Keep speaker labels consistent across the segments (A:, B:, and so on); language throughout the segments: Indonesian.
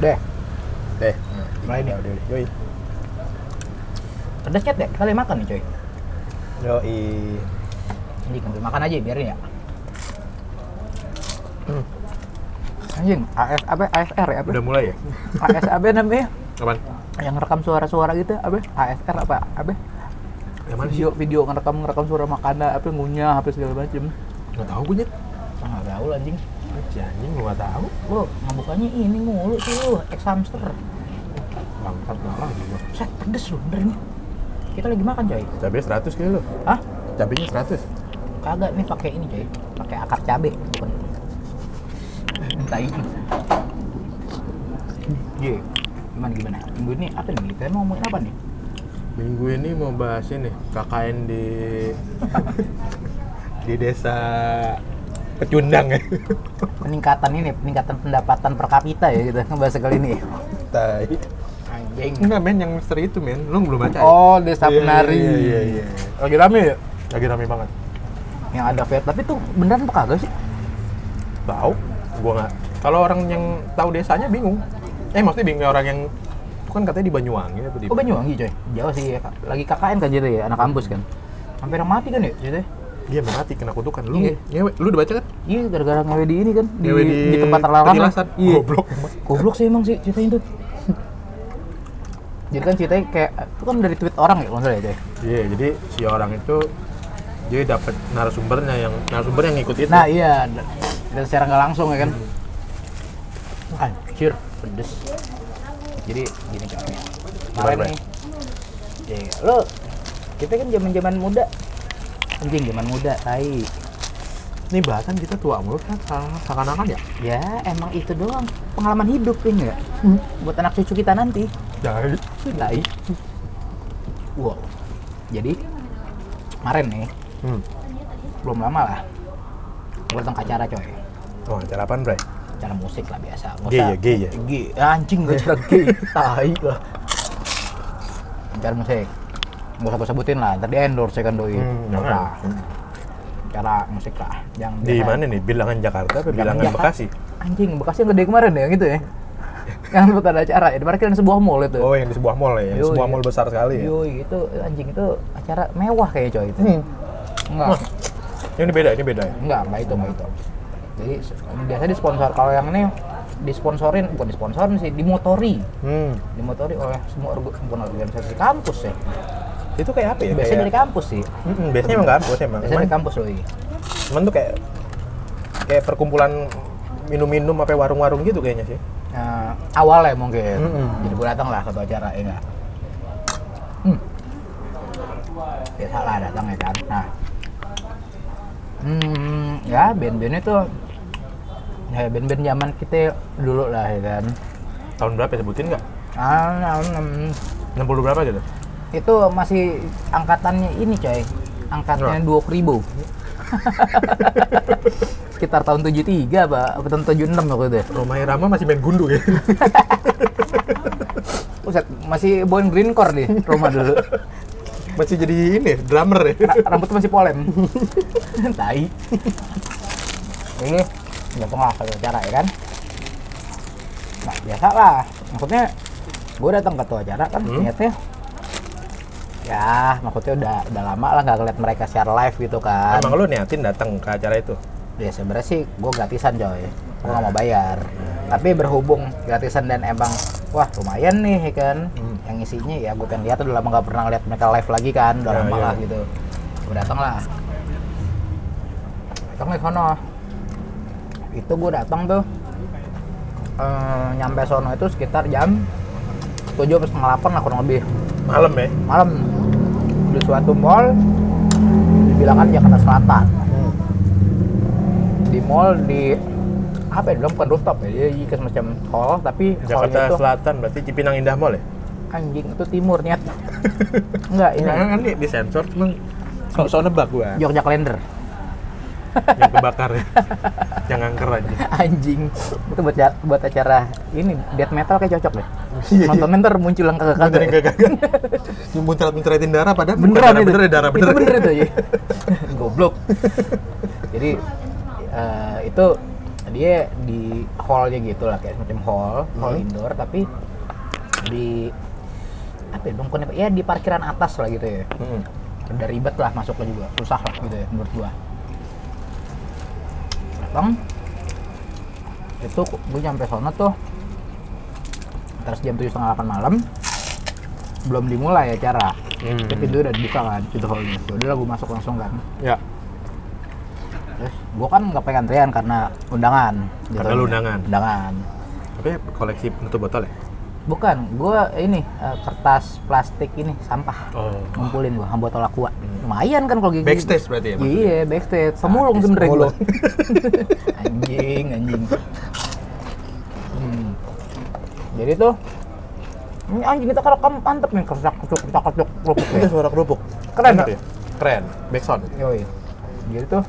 A: deh
B: Deh.
A: mulai nih
B: Udah, Yoi.
A: pedes nyet deh kali makan nih coy
B: Yoi.
A: jadi ngambil makan aja biarin ya anjing AS apa ASR ya apa
B: Hmm. Udah mulai ya?
A: AS apa namanya
B: Kapan?
A: yang rekam suara-suara gitu apa ASR apa apa
B: Yang mana sih?
A: video video ngerekam ngerekam suara makanan apa ngunyah apa segala macem
B: Nggak tahu gue nyet.
A: nggak tahu lah, anjing
B: Si Ah, anjing gue nggak tahu.
A: lo ngebukanya ini mulu sih lo ex hamster
B: Bangsat nggak lagi gue.
A: set pedes lo bener nih kita lagi makan coy
B: Cabenya seratus kilo.
A: Hah?
B: Cabenya seratus.
A: kagak nih pakai ini coy pakai akar cabe bukan tai Ye, gimana gimana minggu ini apa nih kita mau ngomongin apa nih
B: Minggu ini mau bahas ini KKN di di desa Pecundang ya.
A: peningkatan ini peningkatan pendapatan per kapita ya kita ngebahas kali ini
B: Tai.
A: anjing
B: Enggak men yang misteri itu men. Lu belum baca. ya?
A: oh desa
B: Iya,
A: penari
B: Iya iya iya.
A: lagi rame ya
B: Lagi rame banget.
A: yang ada Viet tapi tuh beneran apa kagak sih
B: Tahu? Gua nggak. Kalau orang yang tahu desanya bingung. Eh maksudnya bingung orang yang itu kan katanya di Banyuwangi apa di
A: oh Banyuwangi coy jauh sih ya, Kak. lagi KKN kan jadi ya anak kampus kan hampir mati kan ya jadi
B: Dia mati kena kutukan. Lu
A: Iya.
B: ngewe, lu udah baca kan?
A: iya gara-gara ngewe di ini kan di,
B: Ngewe
A: di, tempat terlarang kan.
B: petilasan.
A: iya
B: Goblok. emang.
A: goblok sih emang sih ceritanya tuh jadi kan ceritanya kayak itu kan dari tweet orang ya kalau nggak salah ya coy
B: Iya, jadi si orang itu dia dapat narasumbernya yang narasumber yang ngikut itu.
A: nah iya d- dan secara nggak langsung ya kan anjir pedes jadi gini coy kemarin
B: Bye-bye.
A: nih ya, lo kita kan zaman zaman muda anjing zaman muda tai
B: Ini bahasan kita tua mulu kan seakan-akan ya.
A: ya emang itu doang pengalaman hidup ya nggak buat anak cucu kita nanti
B: Jadi
A: tai wow jadi kemarin nih
B: hmm.
A: belum lama lah gue datang ke acara coy
B: Oh, acara apaan, Bray?
A: acara musik lah biasa Nggak
B: Gay
A: usah-
B: ya, gay ya?
A: gay Eh, anjing gak acara gay tai lah acara musik gak usah gue sebutin lah tadi endorse ya kan doi
B: Hmm,
A: Nggak
B: jangan.
A: usah. acara musik lah yang
B: Di
A: biasa-
B: mana nih? Bilangan Jakarta apa
A: Bilangan
B: bilangan,
A: Jakarta.
B: Bekasi?
A: anjing Bekasi yang gede kemarin ya yang gitu ya yang tempat ada acara ya kemarin kan sebuah mall itu
B: Oh, yang di sebuah mall ya, yang
A: Yoi.
B: sebuah mall besar sekali ya. Hmm.
A: Yoi, itu anjing itu acara mewah kayak coy itu enggak
B: Ini beda, ini beda. ya?
A: Enggak, enggak itu, enggak itu. Jadi se- biasanya disponsor kalau yang ini disponsorin bukan disponsorin sih, dimotori.
B: Hmm.
A: Dimotori oleh semua org- bukan organisasi kampus ya.
B: Itu kayak apa ya?
A: Biasanya dari
B: kayak...
A: kampus sih.
B: Mm-mm, biasanya emang kampus emang.
A: Biasanya dari
B: Cuman-
A: kampus loh. iya.
B: Cuman tuh kayak kayak perkumpulan minum-minum apa warung-warung gitu kayaknya sih.
A: Nah, awalnya mungkin.
B: Mm-mm.
A: Jadi gue datang lah satu acara ya enggak. Hmm. Biasa lah datang ya kan. Nah. Hmm, ya band-bandnya tuh ya band-band zaman kita dulu lah ya kan.
B: Tahun berapa ya, sebutin nggak?
A: Ah, hmm,
B: 60 berapa gitu?
A: itu masih angkatannya ini coy angkatannya dua ribu sekitar tahun 73 apa, apa tahun 76 waktu itu ya
B: Romai Rama masih main gundu ya?
A: Buset, masih Bon Greencore nih rumah dulu
B: masih jadi ini ya, drummer ya?
A: Ra- rambutnya masih polem tai ini datang lah ke acara ya kan nah biasa lah maksudnya gue datang ke tuh acara kan
B: Hmm.
A: niatnya ya maksudnya udah udah lama lah nggak ngeliat mereka secara live gitu kan
B: Emang lu niatin datang ke acara itu?
A: Ya sebenarnya sih gue gratisan coy, gue gak mau bayar. Tapi berhubung gratisan dan emang wah lumayan nih ya kan,
B: Hmm.
A: yang isinya ya gue pengen lihat udah lama gak pernah lihat mereka live lagi kan, udah
B: Ya,
A: lama
B: iya.
A: lah gitu. Gue datang lah, datang ke sono. Itu gue datang tuh, eh, nyampe sono itu sekitar jam tujuh setengah delapan lah kurang lebih
B: Malam ya?
A: malam di suatu mall dibilangkan Jakarta Selatan di mall di apa ya dalam bukan rooftop ya jadi kayak semacam hall tapi
B: Jakarta
A: hallnya itu
B: Selatan berarti Cipinang Indah Mall ya?
A: anjing itu timur nyet enggak ini
B: kan di, di sensor cuman sok sok nebak gua
A: Jogja kalender
B: yang kebakar ya yang angker aja
A: anjing itu buat ja- buat acara ini death metal kayak cocok deh
B: Iya,
A: nontonnya ntar muncul yang kagak
B: dari
A: kagak
B: gagal muncrat muncratin darah padahal bukan
A: beneran
B: darah
A: itu
B: bener ya, darah bener
A: itu iya. bener itu ya goblok jadi eh, itu dia di hallnya gitu lah kayak semacam hall hall
B: Hmm.
A: indoor tapi di apa ya dong kenapa- ya di parkiran atas lah gitu ya
B: Hmm.
A: udah ribet lah masuknya juga susah lah gitu ya menurut gua datang itu gua nyampe sono tuh terus jam tujuh setengah delapan malam belum dimulai acara
B: Hmm.
A: tapi pintu udah dibuka kan pintu hallnya udah lah gua masuk langsung kan
B: Ya,
A: terus gua kan nggak pengen antrian karena undangan Gitu.
B: Karena lu undangan.
A: undangan
B: tapi koleksi penutup botol ya?
A: bukan gua ini eh, kertas plastik ini sampah
B: Oh.
A: ngumpulin gua hamba tolak kuat lumayan kan kalau gitu
B: Hmm. Backstage berarti ya? Mas?
A: Iya, backstage. Pemulung
B: Sadis,
A: sebenernya gua.
B: pemulung.
A: anjing, anjing. Hmm. Jadi tuh, ini anjing kita kalau kamu mantep nih kerja kerja kerja kerja
B: Itu suara kerupuk.
A: Keren
B: Enak
A: nggak?
B: ya? Keren. Backsound.
A: Yoi. Jadi tuh,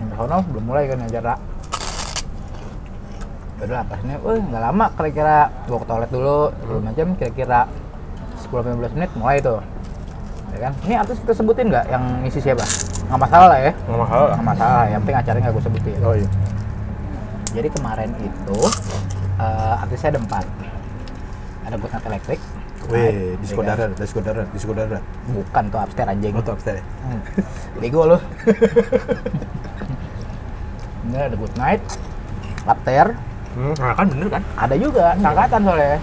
A: yang di sono belum mulai kan acara. Udah lah, pas ini, wah nggak lama kira-kira gua ke toilet dulu, belum macam kira-kira 10-15 menit mulai tuh. Ya kan? Ini artis kita sebutin nggak yang ngisi siapa? Nggak masalah lah ya.
B: Nggak mahal lah.
A: Nggak masalah, yang penting acaranya nggak gue sebutin.
B: Oh iya.
A: Jadi kemarin itu eh artisnya ada empat. Ada Goodnight Electric.
B: Wih, disco
A: Iya kan?
B: darat, disco darat, disco darat.
A: Bukan tuh upstairs anjing.
B: Motor upstairs ya?
A: Hmm. Bego lu. Ini ada Good Night, Upstairs,
B: Hmm, nah kan bener kan?
A: ada juga angkatan soalnya.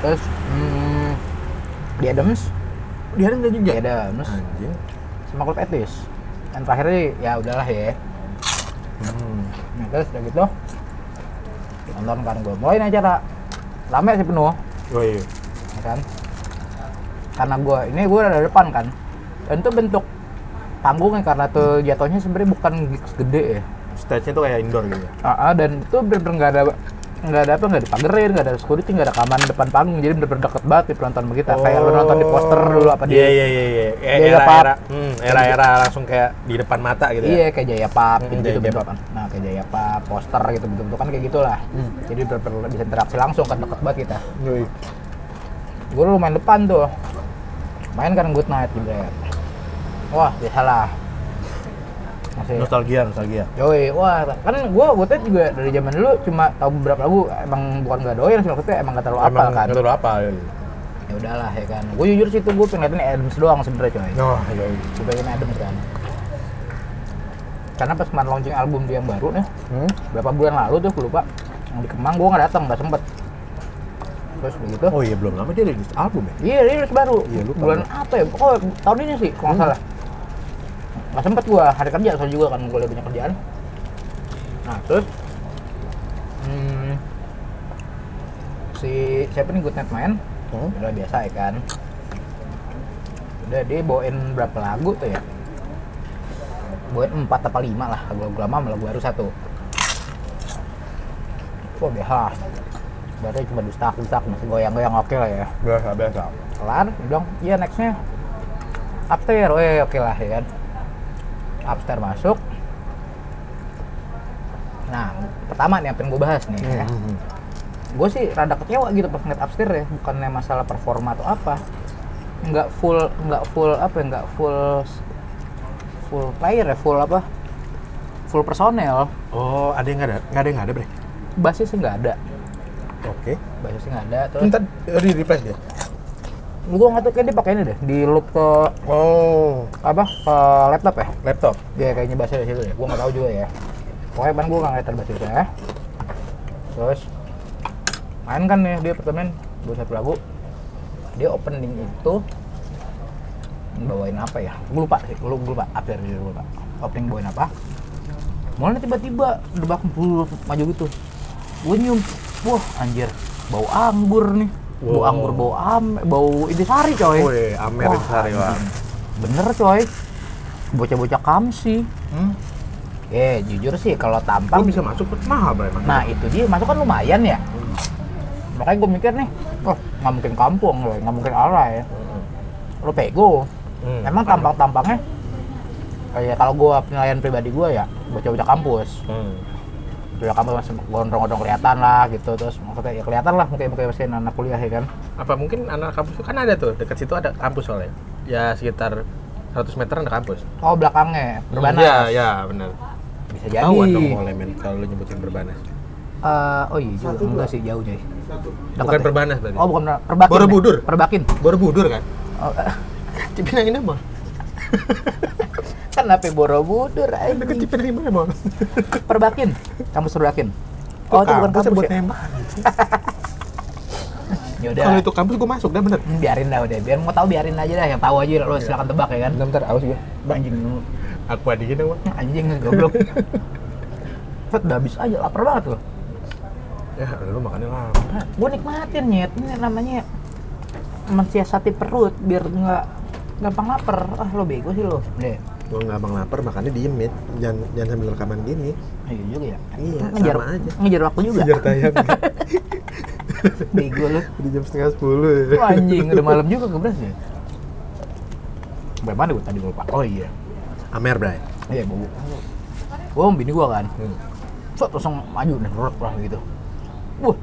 A: Terus hmm, di Adams,
B: Dia ada juga.
A: di Adams,
B: Anjing.
A: sama Club Etis. Yang terakhir sih, ya udahlah ya.
B: Hmm.
A: Nah, terus udah gitu nonton kan gue mulai acara rame sih penuh
B: Oh iya.
A: ya kan karena gue ini gue ada depan kan dan itu bentuk panggungnya karena tuh jatuhnya sebenarnya bukan gigs gede ya
B: Stage-nya tuh kayak indoor gitu ya.
A: Ah, ah, dan itu bener-bener nggak ada nggak ada apa nggak dipagerin nggak ada security nggak ada keamanan depan panggung jadi bener-bener deket banget nih penonton sama kita kayak lu nonton di poster dulu apa di
B: Iya iya iya iya. Eh,
A: Dia
B: Era
A: dapat-
B: era hmm, era era langsung kayak di depan mata gitu ya.
A: Iya kayak Jaya Pap
B: Hmm,
A: gitu, gitu
B: Jaya
A: bentuk. Nah kayak Jaya Pap, poster gitu bentuk-bentukan kayak gitulah.
B: Hmm.
A: Jadi bener-bener bisa interaksi langsung kan deket banget kita.
B: Iya.
A: gue lumayan depan tuh main kan good night gitu ya wah biasalah
B: Iya.
A: masih
B: Nostalgia, nostalgia.
A: Yoi, wah kan gue good night juga dari zaman dulu cuma tahu beberapa lagu emang bukan gak doyan sih maksudnya emang gak terlalu apal
B: Emang
A: kan
B: nggak terlalu apa? Iya.
A: ya udahlah ya kan gue jujur sih tuh gue pengen ngeliatin Adams doang sebenernya coy
B: Oh iya. iya.
A: gue pengen Adams kan karena pas kemarin launching album dia yang baru nih
B: Hmm.
A: berapa bulan lalu tuh gue lupa yang di Kemang gue nggak datang nggak sempet terus begitu
B: Oh iya belum lama dia rilis album ya.
A: Iya, rilis baru.
B: Iya, lupa Hmm.
A: Bulan apa ya? Oh, tahun ini sih, kalau nggak salah. Nggak sempet gua hari kerja, soalnya juga kan gua lagi banyak kerjaan. Nah, terus... Hmm, si siapa nih Good Night Man?
B: Hmm.
A: Udah biasa ya kan? Udah, dia bawain berapa lagu tuh ya? Bawain 4 apa 5 lah. Lagu-lagu lama sama lagu baru satu. Wah, biasa. Berarti cuma dustak-dustak, masih goyang-goyang oke lah ya
B: Biasa biasa.
A: kelar dia bilang iya nextnya upstairs oh iya, oke lah ya kan upstairs masuk nah pertama nih apa yang gue bahas nih ya
B: Hmm.
A: gue sih rada kecewa gitu pas ngeliat upstairs ya bukannya masalah performa atau apa nggak full nggak full apa ya nggak full full player ya full apa full personel
B: Oh ada yang nggak ada, nggak ada yang nggak ada bre.
A: basisnya nggak ada
B: Oke.
A: basisnya nggak ada terus
B: Ntar di replace dia.
A: gue nggak tahu kayak dia pakai ini deh di loop ke
B: Oh
A: apa ke laptop ya
B: laptop.
A: Ya kayaknya bahasa dari situ ya. Gua nggak tahu juga ya. Pokoknya kan gua nggak ngeliat bahasa ya. Terus main kan ya dia pertemuan dua satu lagu. Dia opening itu bawain apa ya? Gue lupa sih, gue lupa. Update dia gue lupa. Opening bawain apa? Mulai tiba-tiba debak bulu maju gitu. Gue nyium, wah anjir, bau anggur nih. Bau
B: Wow.
A: anggur, bau am, bau intisari coy.
B: Wih, Amer
A: Wah,
B: Intisari, Wak.
A: anjing. Bener coy. Bocah-bocah kamsi.
B: Hmm.
A: Ya jujur sih kalau
B: Lu
A: tampang
B: bisa masuk ke mahal bre emang.
A: Nah itu dia masuk kan lumayan ya Makanya gue mikir nih Oh nggak mungkin kampung loh nggak mungkin arah ya Lo pego
B: Hmm.
A: Emang tampang-tampangnya Kayak ya, kalau gue penilaian pribadi gue ya Bocah-bocah kampus
B: Hmm.
A: Bocah kampus masih gondrong-gondrong kelihatan lah gitu Terus maksudnya ya kelihatan lah mungkin mungkin masih anak kuliah ya kan
B: apa mungkin anak kampus itu kan ada tuh dekat situ ada kampus soalnya ya sekitar 100 meter ada kampus
A: Oh belakangnya berbanas
B: ya ya benar
A: Bisa bisa jadi.
B: Tahuan Iya. dong oleh men kalau lu nyebutin Perbanas.
A: Eh, oh iya juga, enggak sih jauh deh. Dekat
B: Bukan
A: ya?
B: Perbanas berarti.
A: Oh bukan Perbakin. ya?
B: Borobudur.
A: Perbakin.
B: Borobudur kan?
A: Oh,
B: Cipinang ini mah.
A: kenapa kan ya? Borobudur? ay?
B: Deket Cipinang ini mah.
A: Perbakin. Kampus Perbakin. Oh itu bukan kampus
B: buat
A: ya?
B: nembak.
A: Yaudah.
B: Kalau itu kampus gue masuk dah bener.
A: Hmm, biarin dah udah. Biar mau tahu biarin aja dah. Yang tahu aja lo
B: Iya.
A: silakan tebak ya kan.
B: bentar, awas gue.
A: Anjing
B: Aku adikin dong. Bang.
A: anjing goblok. Fet udah habis aja lapar banget tuh.
B: Ya, lu makannya lama.
A: Gue nikmatin nyet. Ini namanya mensiasati perut biar nggak gampang lapar. Ah lo bego sih lo. Deh.
B: Gue nggak abang lapar, makannya diem, Mit. Jangan, jangan sambil rekaman gini.
A: Iya juga ya.
B: Iya,
A: ngejar,
B: sama aja.
A: Ngejar waktu juga.
B: Sejar tayang.
A: Bego lu.
B: Di jam setengah sepuluh.
A: Lu anjing, udah malam juga gue beras ya. Sampai mana gue tadi gue lupa. Oh iya.
B: Amer, Bray.
A: Iya, bau. Gue sama bini gue kan.
B: Hmm.
A: Set, langsung maju dan rot lah gitu. Wah.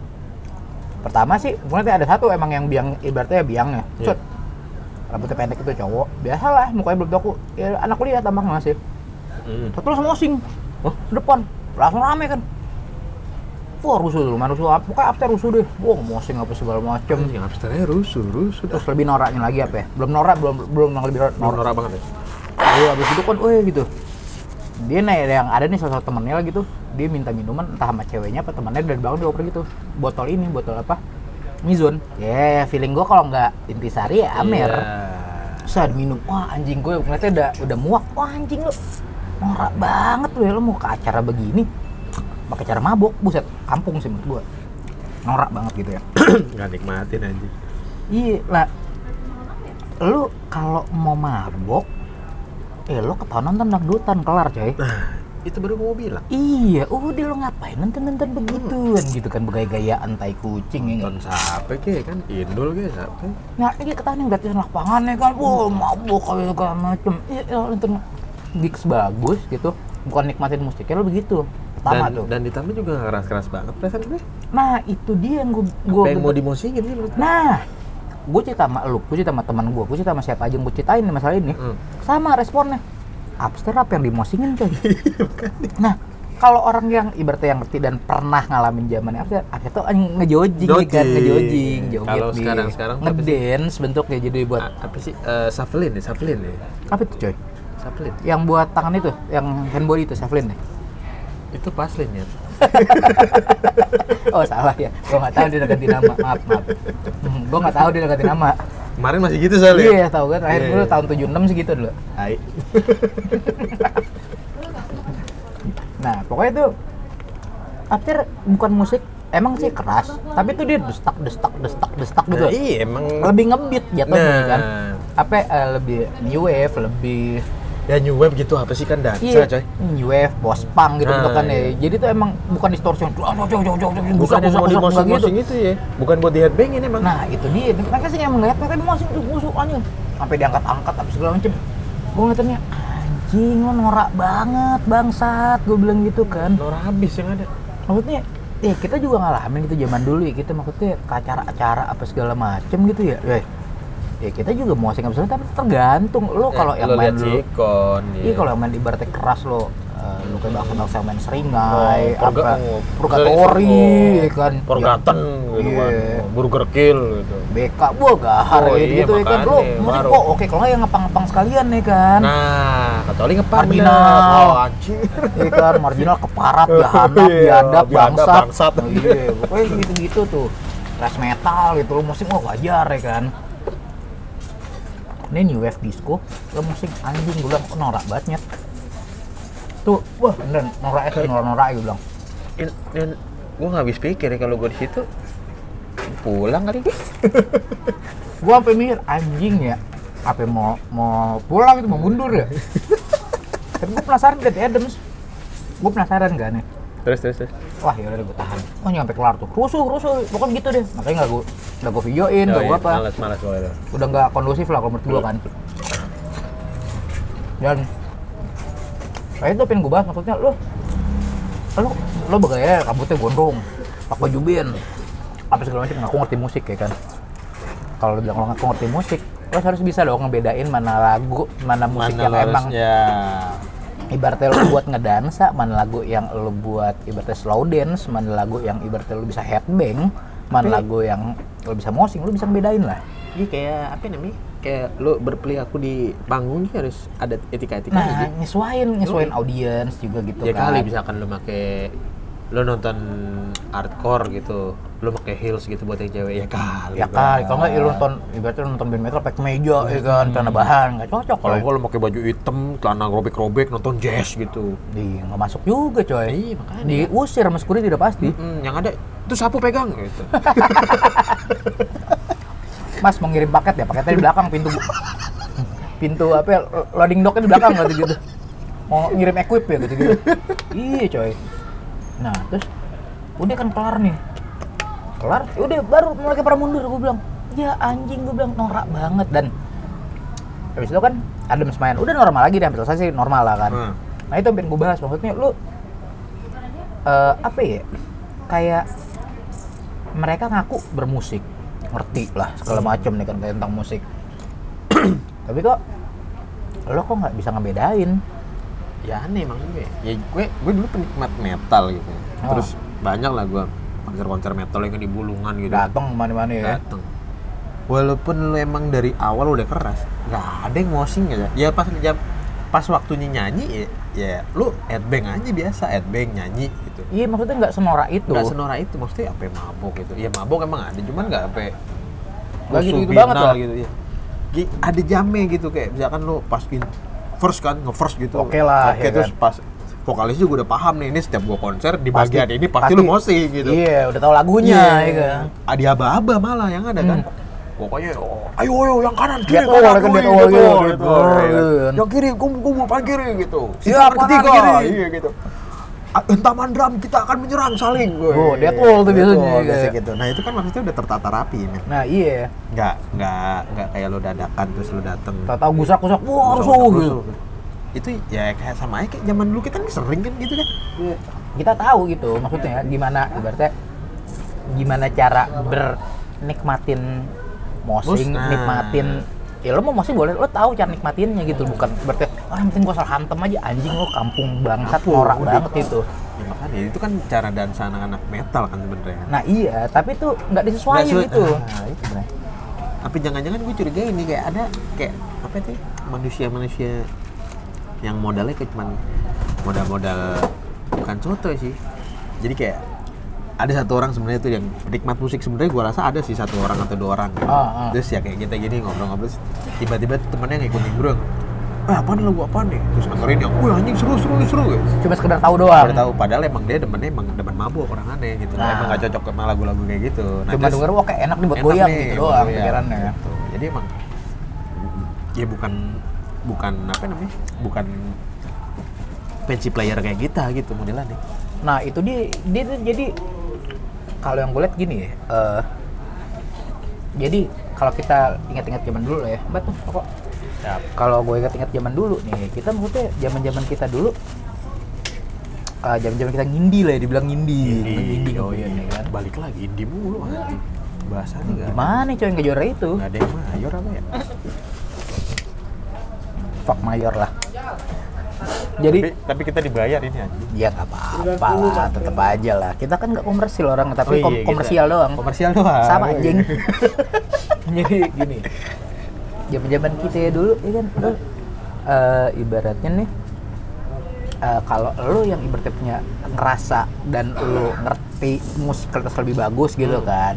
A: Pertama sih, sebenarnya ada satu emang yang biang, ibaratnya biangnya.
B: Iya.
A: Set. Rambutnya pendek itu cowok. Biasalah, mukanya belum doku. Ya, anak kuliah tambah masih.
B: Hmm.
A: Terus langsung mosing.
B: Hah?
A: Depan. Langsung rame kan. Wah rusuh dulu, mana rusuh apa? Pokoknya after rusuh deh. Wah mosing apa segala macem.
B: Yang absternya rusuh, rusuh.
A: terus lebih noraknya lagi apa ya belum norak belum belum yang lebih norak
B: Mau norak banget ya?
A: Lalu abis itu kan weh gitu dia nih ada yang ada nih salah satu temennya lah gitu dia minta minuman entah sama ceweknya apa temennya dari belakang dioper gitu botol ini botol apa Mizun ya feeling gua kalau nggak intisari ya Amer
B: Iya.
A: saat minum wah anjing gue ngeliatnya udah udah muak wah anjing lu norak banget lu ya lu mau ke acara begini pakai cara mabok buset kampung sih menurut gua norak banget gitu ya
B: Nggak nikmatin anjing.
A: Iya lah. Lu kalau mau mabok, eh lu ketahuan nonton dangdutan kelar coy.
B: Nah, itu baru mau bilang.
A: Iya, udah lu ngapain nonton-nonton begituan gitu kan bergaya-gayaan tai kucing ya nggak?
B: Nonton sape ke kan? Indul ke sape?
A: Nah, ini ketahuan yang gratisan lapangan ya kan, wah mabok kalau segala macem. Iya, ya, nonton gigs bagus gitu, bukan nikmatin musiknya lu begitu. Pertama
B: dan,
A: tuh.
B: dan ditambah juga nggak keras-keras banget perasaan gue.
A: Nah itu dia yang gue
B: Apa yang mau gitu, dimosingin sih menurut
A: Nah, gue cerita sama lu, gue cerita sama teman gue, gue cerita sama siapa aja yang gue ceritain nih masalah ini.
B: Hmm.
A: Sama responnya. Abster apa yang dimosingin coy?
B: Iya,
A: nah, kalau orang yang ibaratnya yang ngerti dan pernah ngalamin zamannya abster, abster tuh anjing ngejojing nih kan,
B: Jojing.
A: ngejojing, joget
B: Kalau
A: nih.
B: sekarang-sekarang tuh apa sih?
A: ngedance bentuknya jadi buat
B: A- apa sih? Eh, Shufflein ya, Shufflein ya.
A: apa itu coy?
B: Shufflein.
A: Yang buat tangan itu, yang handbody itu, ya? Shufflin nih.
B: Itu paslin ya.
A: Oh salah ya, gue nggak tahu dia udah ganti nama. Maaf maaf, gue nggak tahu dia udah ganti nama.
B: Kemarin masih gitu soalnya.
A: Iya, tahu kan terakhir
B: Iya,
A: dulu
B: iya.
A: tahun 76 segitu dulu.
B: Hai.
A: Nah, pokoknya tuh after bukan musik emang sih keras, tapi tuh dia destak destak destak destak gitu.
B: Nah, iya emang.
A: lebih ngebeat jatuhnya
B: Nah.
A: kan. Apa eh, lebih new wave, lebih
B: Ya new wave gitu apa sih kan dansa
A: Iya.
B: coy.
A: new wave, boss punk gitu
B: Nah,
A: bentukannya.
B: iya.
A: Jadi tuh emang bukan distorsi yang jong jong jong jong jong
B: Bukan yang mau
A: bukan gitu.
B: dimosing-mosing itu ya. Bukan buat di headbangin emang.
A: Nah, itu dia. Mereka sih yang ngeliat mereka dimasukin tuh busuk anjing. Sampai diangkat-angkat apa segala macem. Gue ngeliatnya anjing lo norak banget bangsat gue bilang gitu kan
B: Norak habis yang ada.
A: maksudnya ya kita juga ngalamin gitu zaman dulu ya kita maksudnya ke acara-acara apa segala macem gitu ya Weh, ya kita juga mau singkat besar tapi tergantung
B: Eh,
A: lo Oh, kalau yang main dulu
B: sikon. ya.
A: iya kalau yang main ibaratnya keras lo eh, lo kayak bakal bakal main seringai
B: Purga-
A: apa
B: oh,
A: purgatori
B: oh,
A: ya kan
B: Forgotten gitu kan.
A: Iya.
B: Burger Kill gitu.
A: BK wah gahar
B: Oh,
A: ya
B: iya,
A: gitu ya kan lo
B: makanya,
A: musik
B: baru.
A: kok oke kalau nggak yang ngepang-ngepang sekalian ya kan
B: Nah, kecuali ngepan
A: Marginal.
B: bener. Oh, anjir.
A: Iya kan marginal keparat jahanap
B: Iya,
A: biadab
B: biadab,
A: bangsat,
B: bangsat.
A: iya pokoknya gitu gitu tuh thrash metal gitu lo musik wah wajar ya kan ini new wave disco lo musik anjing gue bilang "Oh, norak banget Nyet." tuh wah bener norak ya norak norak gue bilang
B: Dan, dan gue nggak habis pikir ya kalau gue di situ pulang kali.
A: gue sampai mikir anjing ya apa mau mau pulang itu mau mundur ya tapi gue penasaran Brad Adams gue penasaran kan, ya. gak nih
B: terus terus terus.
A: wah ya udah gue tahan oh nyampe kelar tuh rusuh rusuh pokoknya gitu deh makanya nggak gue nggak gue videoin
B: Oh,
A: nggak
B: Iya,
A: gue apa
B: Malas malas gue itu.
A: udah nggak kondusif lah kalau menurut gue kan dan kayak itu pengen gue bahas maksudnya lo lo lo bergaya rambutnya gondrong pakai jubin apa segala macam aku ngerti musik ya kan kalau lo bilang lo nggak ngerti musik lo harus bisa dong ngebedain mana lagu mana musik yang emang
B: ya
A: ibaratnya lu buat ngedansa mana lagu yang lu buat ibaratnya slow dance mana lagu yang ibaratnya lu bisa headbang mana
B: Tapi-
A: lagu yang lu bisa mosing lu bisa ngebedain lah
B: Iya kayak apa namanya? Kayak lu berperilaku di panggung juga harus ada etika-etika gitu.
A: nah nyesuain nyesuain
B: Yoi.
A: audiens juga gitu
B: Ya
A: kan
B: kali misalkan lu make lu nonton hardcore gitu, lu pakai heels gitu buat yang cewek ya kali.
A: ya kali kalau nggak ya lu nonton ibaratnya lu nonton band metal pakai meja ya kan tanah bahan nggak cocok
B: Kalau
A: kalau
B: gua lu pakai baju hitam, celana robek-robek nonton jazz gitu.
A: di nggak masuk juga
B: Iya,
A: coy
B: makanya.
A: diusir sama security tidak pasti
B: Mm, yang ada itu sapu pegang gitu.
A: Mas mau ngirim paket ya, paketnya di belakang pintu pintu apa ya, loading docknya di belakang gitu gitu. Mau ngirim equip ya gitu gitu. Iya coy. Nah terus udah kan kelar nih. Kelar, ya udah baru mulai para mundur gue bilang. Ya anjing gue bilang norak banget dan habis itu kan adem semayan udah normal lagi deh hampir selesai sih normal lah kan
B: Hmm.
A: nah itu hampir gue bahas maksudnya lu eh, apa ya kayak mereka ngaku bermusik ngerti lah segala macam nih kan kayak tentang musik tapi kok lo kok nggak bisa ngebedain
B: ya aneh emang gue ya gue gue dulu penikmat metal gitu
A: Ah.
B: terus banyak lah gue konser-konser metal yang di bulungan gitu
A: datang mana-mana ya
B: dateng walaupun lu emang dari awal udah keras nggak ada yang mosing aja ya pas jam pas waktunya nyanyi ya, ya lu headbang aja biasa headbang nyanyi gitu
A: iya maksudnya nggak senorak itu
B: nggak senora itu maksudnya apa yang mabok gitu ya mabok emang ada cuman nggak apa
A: Nggak gitu-gitu
B: banget
A: banget lah. iya.
B: gitu ya Gi- ada jamnya gitu kayak misalkan lu pas in first kan nge first gitu
A: Oke lah,
B: oke
A: ya
B: terus
A: kan.
B: pas vokalis juga udah paham nih ini setiap gua konser di
A: Pasti-
B: bagian ini pasti, lu mosing gitu
A: iya udah tahu lagunya ya kan Hmm.
B: ada aba-aba malah yang ada kan pokoknya oh, ayo ayo yang kanan kiri
A: Dead wall,
B: kanan,
A: kan,
B: kiri,
A: dead wall,
B: dead wall,
A: gitu,
B: dead wall,
A: dead wall,
B: ya kan.
A: gitu kan.
B: yang kiri kumpul paling kiri gitu
A: Siap,
B: Kanan,
A: kanan,
B: ketiga
A: kiri.
B: iya gitu A- hentaman drum kita akan menyerang saling gue
A: Oh, dead wall tuh biasanya, iya.
B: gitu nah itu kan maksudnya udah tertata rapi men
A: nah iya
B: nggak nggak nggak kayak lu dadakan terus lu dateng
A: tahu gusak gusak wah
B: Rusuh,
A: rusuh
B: rusuh,
A: gitu
B: rusuh. itu ya kayak sama aja kayak zaman dulu kita kan sering kan gitu kan
A: Iya. kita tahu gitu maksudnya gimana ibaratnya gimana cara bernikmatin mosing,
B: Nah.
A: nikmatin ya lo mau mosing boleh lo tahu cara nikmatinnya gitu bukan berarti ah yang penting gua asal hantem aja anjing lo kampung bangsat
B: Kampung,
A: norak
B: udah.
A: banget itu
B: ya makanya itu kan cara dansa anak-anak metal kan sebenarnya
A: nah iya tapi itu nggak disesuaikan
B: Nggak sesuai.
A: gitu
B: Nah, itu bener. tapi jangan-jangan gue curiga ini kayak ada kayak apa sih manusia-manusia yang modalnya kayak cuman modal-modal bukan soto sih jadi kayak ada satu orang sebenarnya tuh yang penikmat musik sebenarnya gue rasa ada sih satu orang atau dua orang
A: Ah, ah.
B: terus ya kayak kita gini ngobrol-ngobrol terus tiba-tiba tuh temennya ngikutin gue eh apaan lagu apaan nih terus dengerin yang wah anjing seru seru nih, seru gitu
A: cuma sekedar tahu doang
B: udah tahu padahal emang dia demennya emang demen mabuk orang aneh gitu
A: Nah.
B: emang gak cocok sama lagu-lagu kayak gitu nah,
A: cuma
B: terus-
A: denger wah kayak enak nih buat
B: Enak
A: goyang
B: nih, buat
A: gitu doang
B: goyang,
A: pikirannya
B: gitu. jadi emang ya bukan bukan apa namanya bukan pensi player kayak kita gitu modelan nih
A: nah itu dia dia, dia jadi kalau yang gue lihat gini ya eh, jadi kalau kita ingat-ingat zaman dulu lah ya mbak tuh kok kalau gue ingat-ingat zaman dulu nih kita maksudnya zaman-zaman kita dulu eh, zaman-zaman kita ngindi lah ya dibilang ngindi ngindi oh iya nih kan Iya.
B: balik lagi indie mulu anjing. bahasanya nggak
A: gimana coy nggak juara itu
B: nggak ada yang mayor apa ya
A: fuck mayor lah jadi
B: tapi kita dibayar ini anjing
A: ya nggak apa-apa lah tetap aja lah kita kan nggak komersil orang
B: Oh
A: tapi
B: iya,
A: kom-
B: kita-
A: komersial doang
B: komersial Iya, doang
A: sama anjing jadi gini zaman zaman kita ya dulu ya kan lu, eh, ibaratnya nih eh, kalau lu yang ibaratnya punya ngerasa dan lu ngerti musik kualitas lebih bagus
B: Hmm.
A: gitu kan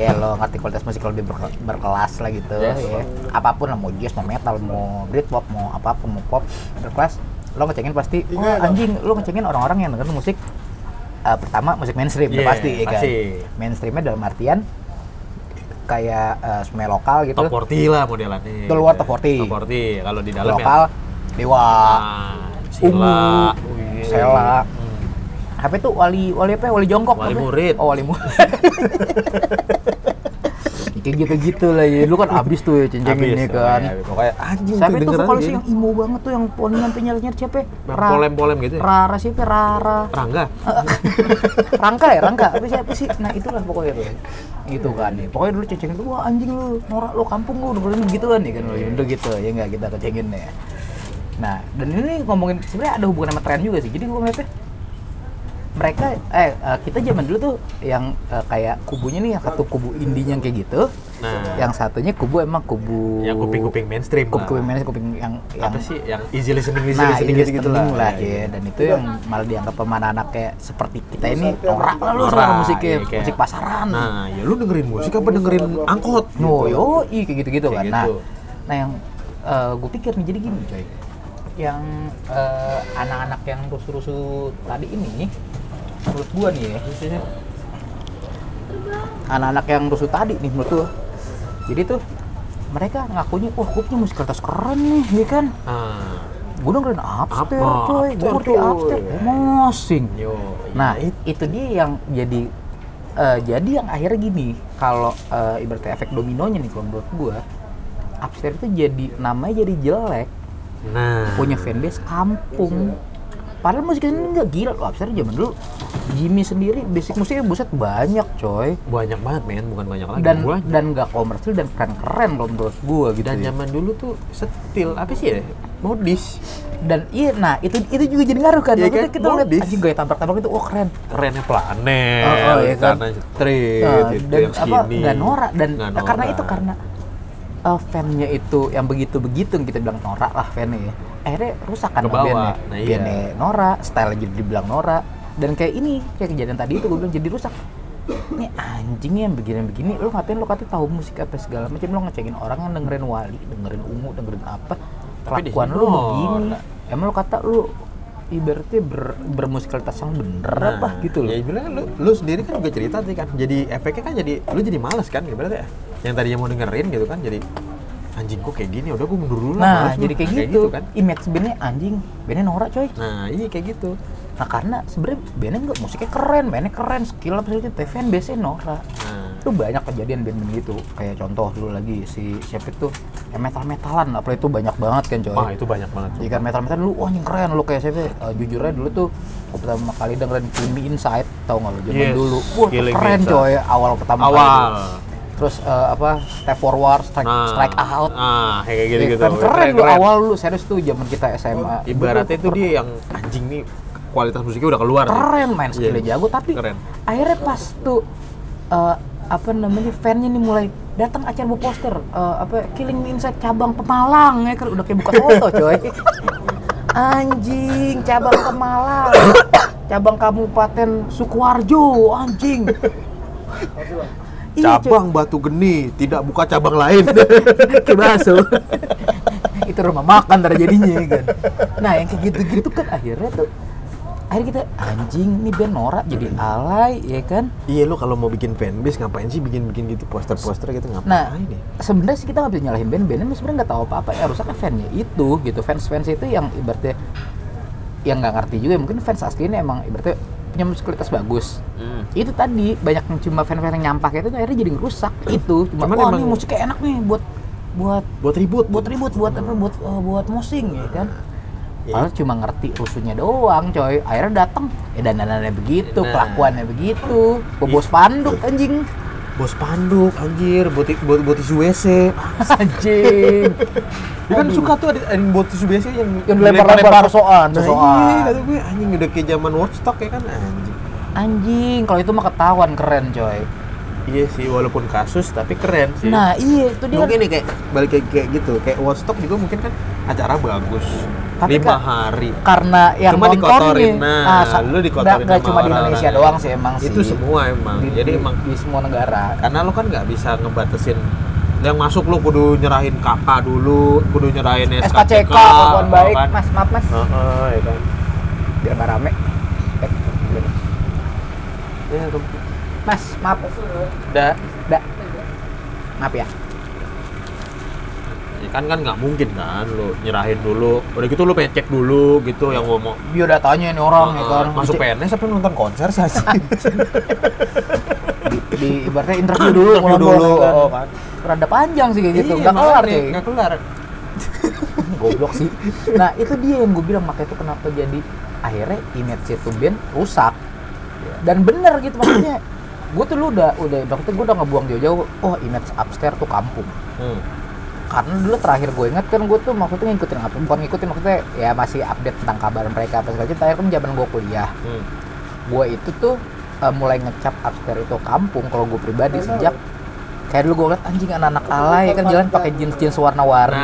A: ya lo ngerti kualitas musik lebih berke- berkelas lah gitu
B: Yes.
A: ya apapun lah mau jazz mau metal mau britpop mau apapun mau pop berkelas lo ngecengin pasti
B: Iya,
A: "Wah, anjing lo ngecengin orang-orang yang denger musik eh, pertama musik mainstream udah
B: Iya,
A: pasti ya kan
B: pasti.
A: mainstreamnya dalam artian kayak eh, semai lokal gitu
B: top 40 lah modelannya
A: Itu luar top 40.
B: top 40 kalau di dalam
A: lokal
B: ya
A: dewa
B: ah, sila
A: Ungu,
B: Oh, iya.
A: Sela.
B: Hmm.
A: apa itu wali wali apa ya? wali jongkok
B: Wali
A: apa?
B: murid.
A: oh wali murid kayak gitu-gitu lah ya dulu kan abis tuh ya
B: Habis,
A: cincin ini kan
B: pokoknya- pokoknya anjing
A: Siapa itu
B: kedengeran
A: vokalis
B: dia.
A: yang emo banget tuh yang poningan penyanyi siapa? ya?
B: Yang
A: Ra-
B: polem-polem gitu ya?
A: Rara siapa? ya? Rara.
B: Rangga
A: Rangka ya, Rangka. Apa sih? Apa sih? Nah, itulah pokoknya tuh. Gitu kan. Ya. Pokoknya dulu cecengin tuh, wah anjing lu, norak lu kampung lu, dengerin gitu kan ya kan. Udah gitu, ya enggak kita kecengin ya. Nah, dan ini ngomongin sebenarnya ada hubungan sama tren juga sih. Jadi gue ngeliatnya mereka eh eh, kita zaman dulu tuh yang eh, kayak kubunya nih yang satu kubu indinya yang kayak gitu.
C: Nah.
A: Yang satunya kubu emang kubu
B: Yang kuping-kuping mainstream lah.
A: kuping mainstream, kuping yang yang
B: Apa sih? Yang easy listening, easy
A: Nah,
B: listening
A: ini
B: gitu-gitu
A: lah, lah
B: Iya, iya.
A: ya. dan itu yang malah dianggap sama anak-anak kayak seperti kita ini norak lah lu
B: Norak,
A: sama musiknya,
B: iya, kayak-
A: musik pasaran.
B: Nah, ya lu dengerin musik apa dengerin angkot? Gitu.
A: No, yo, i kayak gitu-gitu
B: Kayak
A: kan. Nah,
B: gitu.
A: nah yang gue pikir nih jadi gini, coy. Yang eh, anak-anak yang rusuh-rusuh tadi ini, menurut gua nih ya, anak-anak yang rusuh tadi nih menurut gua. Jadi tuh mereka ngakunya, wah gue punya musik kertas keren nih, ya kan?
B: Ah,
A: Gue dengerin upstairs,
B: Apa?
A: coy. Gue
B: Upstairs,
A: ngerti
B: coy.
A: upstairs. Gue mosing.
B: yo. iya.
A: Nah, it- itu dia yang jadi eh, jadi yang akhirnya gini, kalau eh, ibaratnya efek dominonya nih kalau menurut gua, upstairs itu jadi namanya jadi jelek,
B: Nah,
A: punya fanbase kampung. Padahal musik ini enggak gila loh, upstairs zaman dulu Jimmy sendiri basic musiknya buset banyak coy
B: banyak banget men, bukan banyak lagi.
A: dan
B: Banyak.
A: dan nggak komersil dan keren keren kalau menurut gua gitu
B: dan
A: ya.
B: zaman dulu tuh setil apa sih ya? Modis.
A: dan iya nah itu itu juga jadi ngaruh kan
B: Iya
A: Maksudnya
B: kan?
A: kita lihat
B: Modis.
A: anjing gaya tabrak tabrak itu wah keren
B: Kerennya planet,
A: Oh, oh, iya kan?
B: karena street,
A: Nah,
B: itu
A: dan
B: Gitu, yang
A: apa
B: skinny.
A: nggak norak dan
B: Nggak
A: nah, karena
B: norak.
A: itu karena uh, fannya itu yang begitu begitu kita bilang norak lah fannya ya akhirnya rusak kan
B: Kebawa.
A: bandnya
B: Nah, iya.
A: bandnya norak style jadi dibilang norak dan kayak ini kayak kejadian tadi itu gue bilang jadi rusak ini anjing yang begini-begini lo ngatain lo katanya tahu musik apa segala macam lo ngecengin orang yang dengerin wali dengerin ungu dengerin apa
B: Tapi di sini
A: kelakuan lo begini
B: norak.
A: emang lo kata lo ibaratnya ber, bermusikalitas yang bener apa gitu loh
B: Ya bilang lu, lu sendiri kan juga cerita tadi kan. Jadi efeknya kan jadi lu jadi males kan ibaratnya. ya. Yang tadinya mau dengerin gitu kan jadi anjing kok kayak gini udah gue mundur dulu lah,
A: Nah,
B: males
A: jadi
B: lah.
A: kayak gitu.
B: kan.
A: Image bandnya anjing, bandnya norak coy.
B: Nah, iya kayak gitu.
A: Nah karena sebenarnya bandnya nggak musiknya keren, bandnya keren, skill apa segala gitu. Fan biasanya norak.
B: Nah,
A: Itu banyak kejadian band-band gitu. Kayak contoh dulu lagi si siapa itu yang metal-metalan, apalagi itu banyak banget kan coy.
B: wah itu banyak banget.
A: Jika metal-metal dulu, wah anjing keren lu kayak siapa? Eh, jujur aja dulu tuh gua pertama kali dengerin Creamy Inside, tau nggak lu zaman
B: Yes,
A: dulu. Wah itu
B: Killing
A: keren
B: Inside.
A: coy, awal pertama kali.
B: Awal.
A: Terus eh, apa? Step Forward, Strike,
B: Nah,
A: strike Out. Iya,
B: Nah, kayak gitu-gitu.
A: Keren, kan keren, lu awal lu serius tuh zaman kita SMA.
B: Oh, Ibaratnya itu dia yang anjing nih kualitas musiknya udah keluar. nih.
A: keren main
B: Iya.
A: skillnya jago tapi
B: Keren.
A: akhirnya pas tuh eh, apa namanya fannya nih mulai datang acara bu poster eh, apa killing me inside cabang Pemalang ya kan udah kayak buka foto coy anjing cabang Pemalang cabang kabupaten Sukoharjo anjing Iya, coy.
B: Cabang Batu Geni tidak buka cabang lain.
A: ke bakso itu rumah makan terjadinya ya kan nah yang kayak gitu-gitu kan akhirnya tuh akhirnya kita anjing nih band norak jadi alay ya kan
B: iya lu kalau mau bikin fanbase ngapain sih bikin-bikin gitu poster-poster gitu ngapain
A: nah
B: ya?
A: sebenarnya sih kita nggak bisa nyalahin band bandnya sebenarnya nggak tahu apa-apa ya rusaknya fannya itu gitu fans fans itu yang ibaratnya yang nggak ngerti juga mungkin fans aslinya emang ibaratnya punya musikalitas bagus itu tadi banyak yang cuma fan-fan yang nyampah kayak itu akhirnya jadi ngerusak itu cuma
B: Cuman
A: wah
B: emang-
A: nih musiknya enak nih buat buat
B: Buat ribut,
A: buat ribut buat apa buat eh, buat mosing ya kan
B: Ya.
A: Padahal cuma ngerti rusuhnya doang coy akhirnya datang ya dan begitu
B: Nah. Iya.
A: kelakuannya begitu bobos panduk anjing
B: bos panduk anjir buat buat buat tisu WC
A: anjing
B: dia kan suka tuh ada ada yang buat tisu WC yang
A: Yang dilempar-lempar, sosokan,
B: nah,
A: sosokan.
B: iya kata gue anjing udah kayak zaman watchdog ya kan anjing
A: anjing kalau itu mah ketahuan keren coy
B: iya sih walaupun kasus tapi keren sih
A: nah iya itu dia
B: mungkin nih kayak balik kayak, kayak gitu kayak watchdog juga mungkin kan acara bagus
A: Tapi
B: lima
A: kan-
B: hari
A: karena yang
B: Cuma
A: nontonnya
B: dikotorin, nah,
A: sa-
B: lu dikotorin
A: nggak- nggak
B: sama
A: cuma di
B: orang-orang
A: Indonesia
B: ya.
A: doang sih emang sih
B: itu semua emang
A: Di-
B: jadi
A: di-
B: emang
A: di semua negara
B: karena lo kan nggak bisa ngebatasin yang masuk lo kudu nyerahin KK dulu kudu nyerahin SKCK
A: SKCK kelakuan baik
B: kan?
A: mas maaf mas
B: Heeh, ya kan
A: biar nggak rame Eh,
B: Ya, tuh.
A: mas maaf
B: Udah.
A: dah maaf ya
B: Ya kan kan nggak mungkin kan lo nyerahin dulu udah gitu lo pengen cek dulu gitu yang ngomong
A: biodatanya nih orang ya
B: Heeh,
A: kan
B: Ah, masuk PNS tapi nonton konser sih anjing.
A: di, di ibaratnya interview dulu
B: Interview
A: mulai
B: dulu,
A: mulai, kan.
B: oh, kan.
A: rada panjang sih kayak gitu
B: Iya,
A: nggak kelar
B: makanya,
A: sih
B: nggak kelar
A: goblok sih nah itu dia yang gue bilang makanya itu kenapa jadi akhirnya image itu band rusak dan bener gitu maksudnya gue tuh lu udah udah berarti gue udah ngebuang jauh-jauh oh image upstairs tuh kampung
B: Hmm.
A: karena dulu terakhir gue inget kan gue tuh maksudnya ngikutin apa bukan ngikutin maksudnya ya masih update tentang kabar mereka apa segala macam terakhir kan zaman gue kuliah
B: Hmm.
A: gue itu tuh eh, mulai ngecap upstairs itu kampung kalau gue pribadi sejak kayak dulu gue liat anjing anak-anak alay kan jalan pakai jeans jeans warna-warni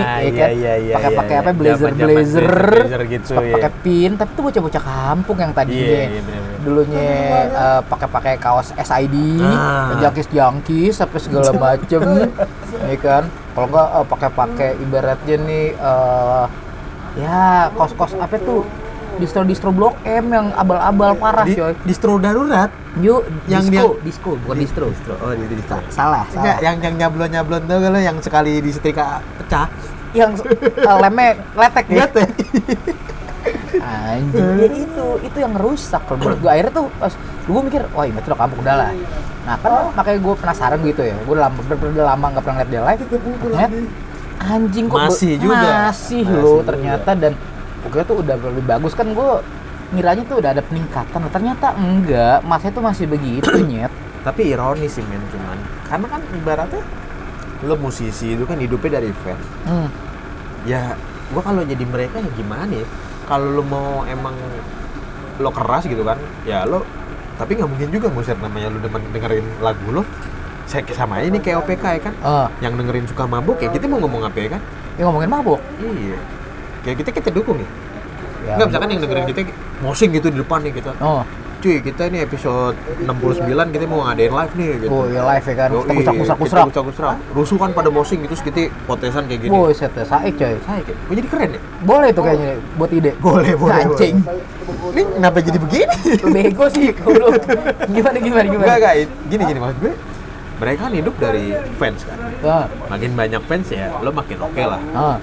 B: Nah, iya,
A: ya kan pakai pakai apa blazer blazer
B: gitu ya.
A: pakai pin tapi tuh bocah-bocah kampung yang tadinya
B: Iya, iya, bener-bener.
A: dulunya eh, pakai-pakai kaos SID
B: Ah.
A: jangkis-jangkis sampai segala macem ya kan kalau enggak eh, pakai-pakai ibaratnya nih eh, ya kos-kos apa tuh distro-distro blok M yang abal-abal parah
B: Di,
A: coy
B: distro darurat.
A: Yuk,
B: Yang
A: disco,
B: dia-
A: disco, bukan distro.
B: Distro. Oh, di ya. distro.
A: Salah,
B: Enggak,
A: salah.
B: yang yang nyablon-nyablon tuh kalau yang sekali disetrika pecah.
A: Yang eh, lemnya letek ya.
B: Lihat ya.
A: Anjing. Ya itu, itu yang rusak kalau menurut gue akhirnya tuh pas gue mikir, wah ini tuh udah kampung udah lah. Nah kan makanya gue penasaran gitu ya, gue lama bener udah lama nggak pernah lihat dia live. Ternyata anjing kok
B: Masih
A: be-
B: juga. Masih
A: masih loh
B: juga.
A: ternyata dan gue kira tuh udah lebih bagus kan gue ngiranya tuh udah ada peningkatan, Nah, ternyata enggak, masnya tuh masih begitu nyet.
B: Tapi ironis sih men cuman. Karena kan ibaratnya lo musisi itu kan hidupnya dari fans.
A: Hmm.
B: ya gua kalau jadi mereka ya gimana ya kalau lo mau emang lo keras gitu kan ya lo tapi nggak mungkin juga musir namanya lo demen dengerin lagu lo saya sama ini kayak OPK ya kan
A: Eh,
B: yang dengerin suka mabuk ya kita mau ngomong apa ya kan
A: ya ngomongin mabuk.
B: iya kayak kita kita dukung ya
A: Ya,
B: nggak misalkan yang dengerin kita mosing gitu di depan nih kita
A: Oh,
B: cuy kita ini episode 69 kita mau ngadain live nih gitu
A: oh ya live ya kan,
B: Yoi,
A: kita kusak
B: kita
A: kusak kusak.
B: kusak-kusak. rusuh kan pada mosing gitu terus kita potesan kayak gini
A: Woi, set saik coy.
B: Saya kayak, oh, jadi keren ya?
A: Boleh tuh kayaknya buat ide.
B: Boleh, boleh,
A: Nah, Anjing.
B: Ini kenapa jadi begini?
A: Bego sih goblok. Gimana gimana gimana?
B: Enggak, enggak. Gini, gini maksud gue. Mereka kan hidup dari fans kan.
A: Ah,
B: Makin banyak fans ya, lo makin oke lah.
A: ah.